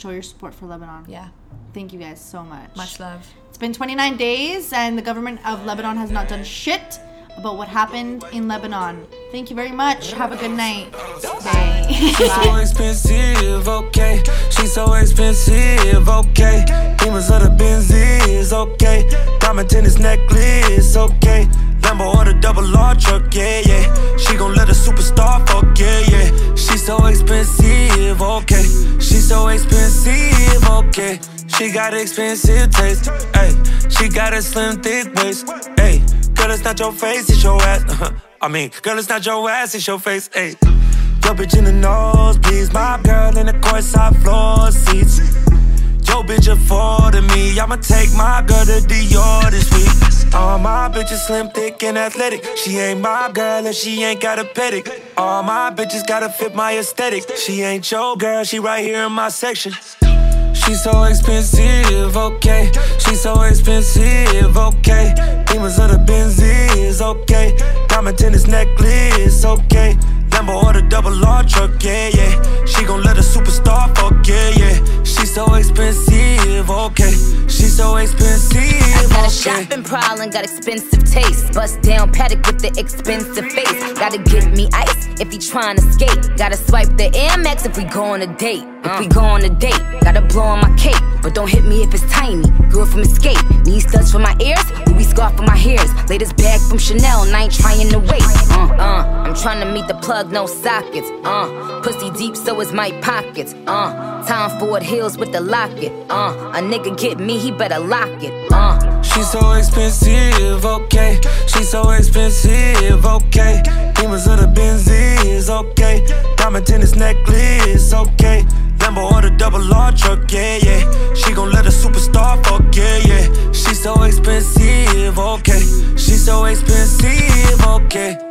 S1: show your support for Lebanon.
S2: yeah,
S1: Thank you guys so much.
S2: much love.
S1: It's been 29 days, and the government of Lebanon has not done shit about what happened in Lebanon. Thank you very much. Have a good night. Bye.
S3: She's so expensive, okay. She's so expensive, okay. Demons of the Benzies, okay. Diamond tennis necklace, okay. Lambo or the double R truck, yeah, yeah. She gon' let a superstar fuck, yeah, yeah. She's so expensive, okay. She's so expensive, okay. She got expensive taste. Ayy, she got a slim, thick waist. Ayy, girl, it's not your face, it's your ass. I mean, girl, it's not your ass, it's your face. Ayy, your bitch in the nose, please. My girl in the courtside floor seats. Yo, bitch, afforded me. I'ma take my girl to Dior this week. All my bitches slim, thick, and athletic. She ain't my girl if she ain't got a pedic. All my bitches gotta fit my aesthetic. She ain't your girl, she right here in my section. She's so expensive, okay. She's so expensive, okay. Demons of the Benzies, okay. Diamond tennis necklace, okay. Lambo or the double R truck, yeah, yeah. She gon' let a superstar fuck, yeah, yeah. She's so expensive, okay. She's so expensive,
S4: Got a
S3: okay.
S4: shopping problem, got expensive taste. Bust down paddock with the expensive face. Gotta get me ice if he tryna skate. Gotta swipe the Amex if we go on a date. If we go on a date, gotta blow on my cake. But don't hit me if it's tiny. Girl from Escape, need studs for my ears, Louis scarf for my hairs. Latest bag from Chanel, and I ain't trying to wait. Uh, uh, I'm trying to meet the plug, no sockets. Uh, pussy deep, so is my pockets. Uh, time forward heels with the locket. Uh, a nigga get me, he better lock it. Uh.
S3: She's so expensive, okay. She's so expensive, okay. Demons of the Benzies, okay. Diamond tennis necklace, okay. Lambo or the double R truck, yeah, yeah. She gon' let a superstar fuck, yeah, yeah. She's so expensive, okay. She's so expensive, okay.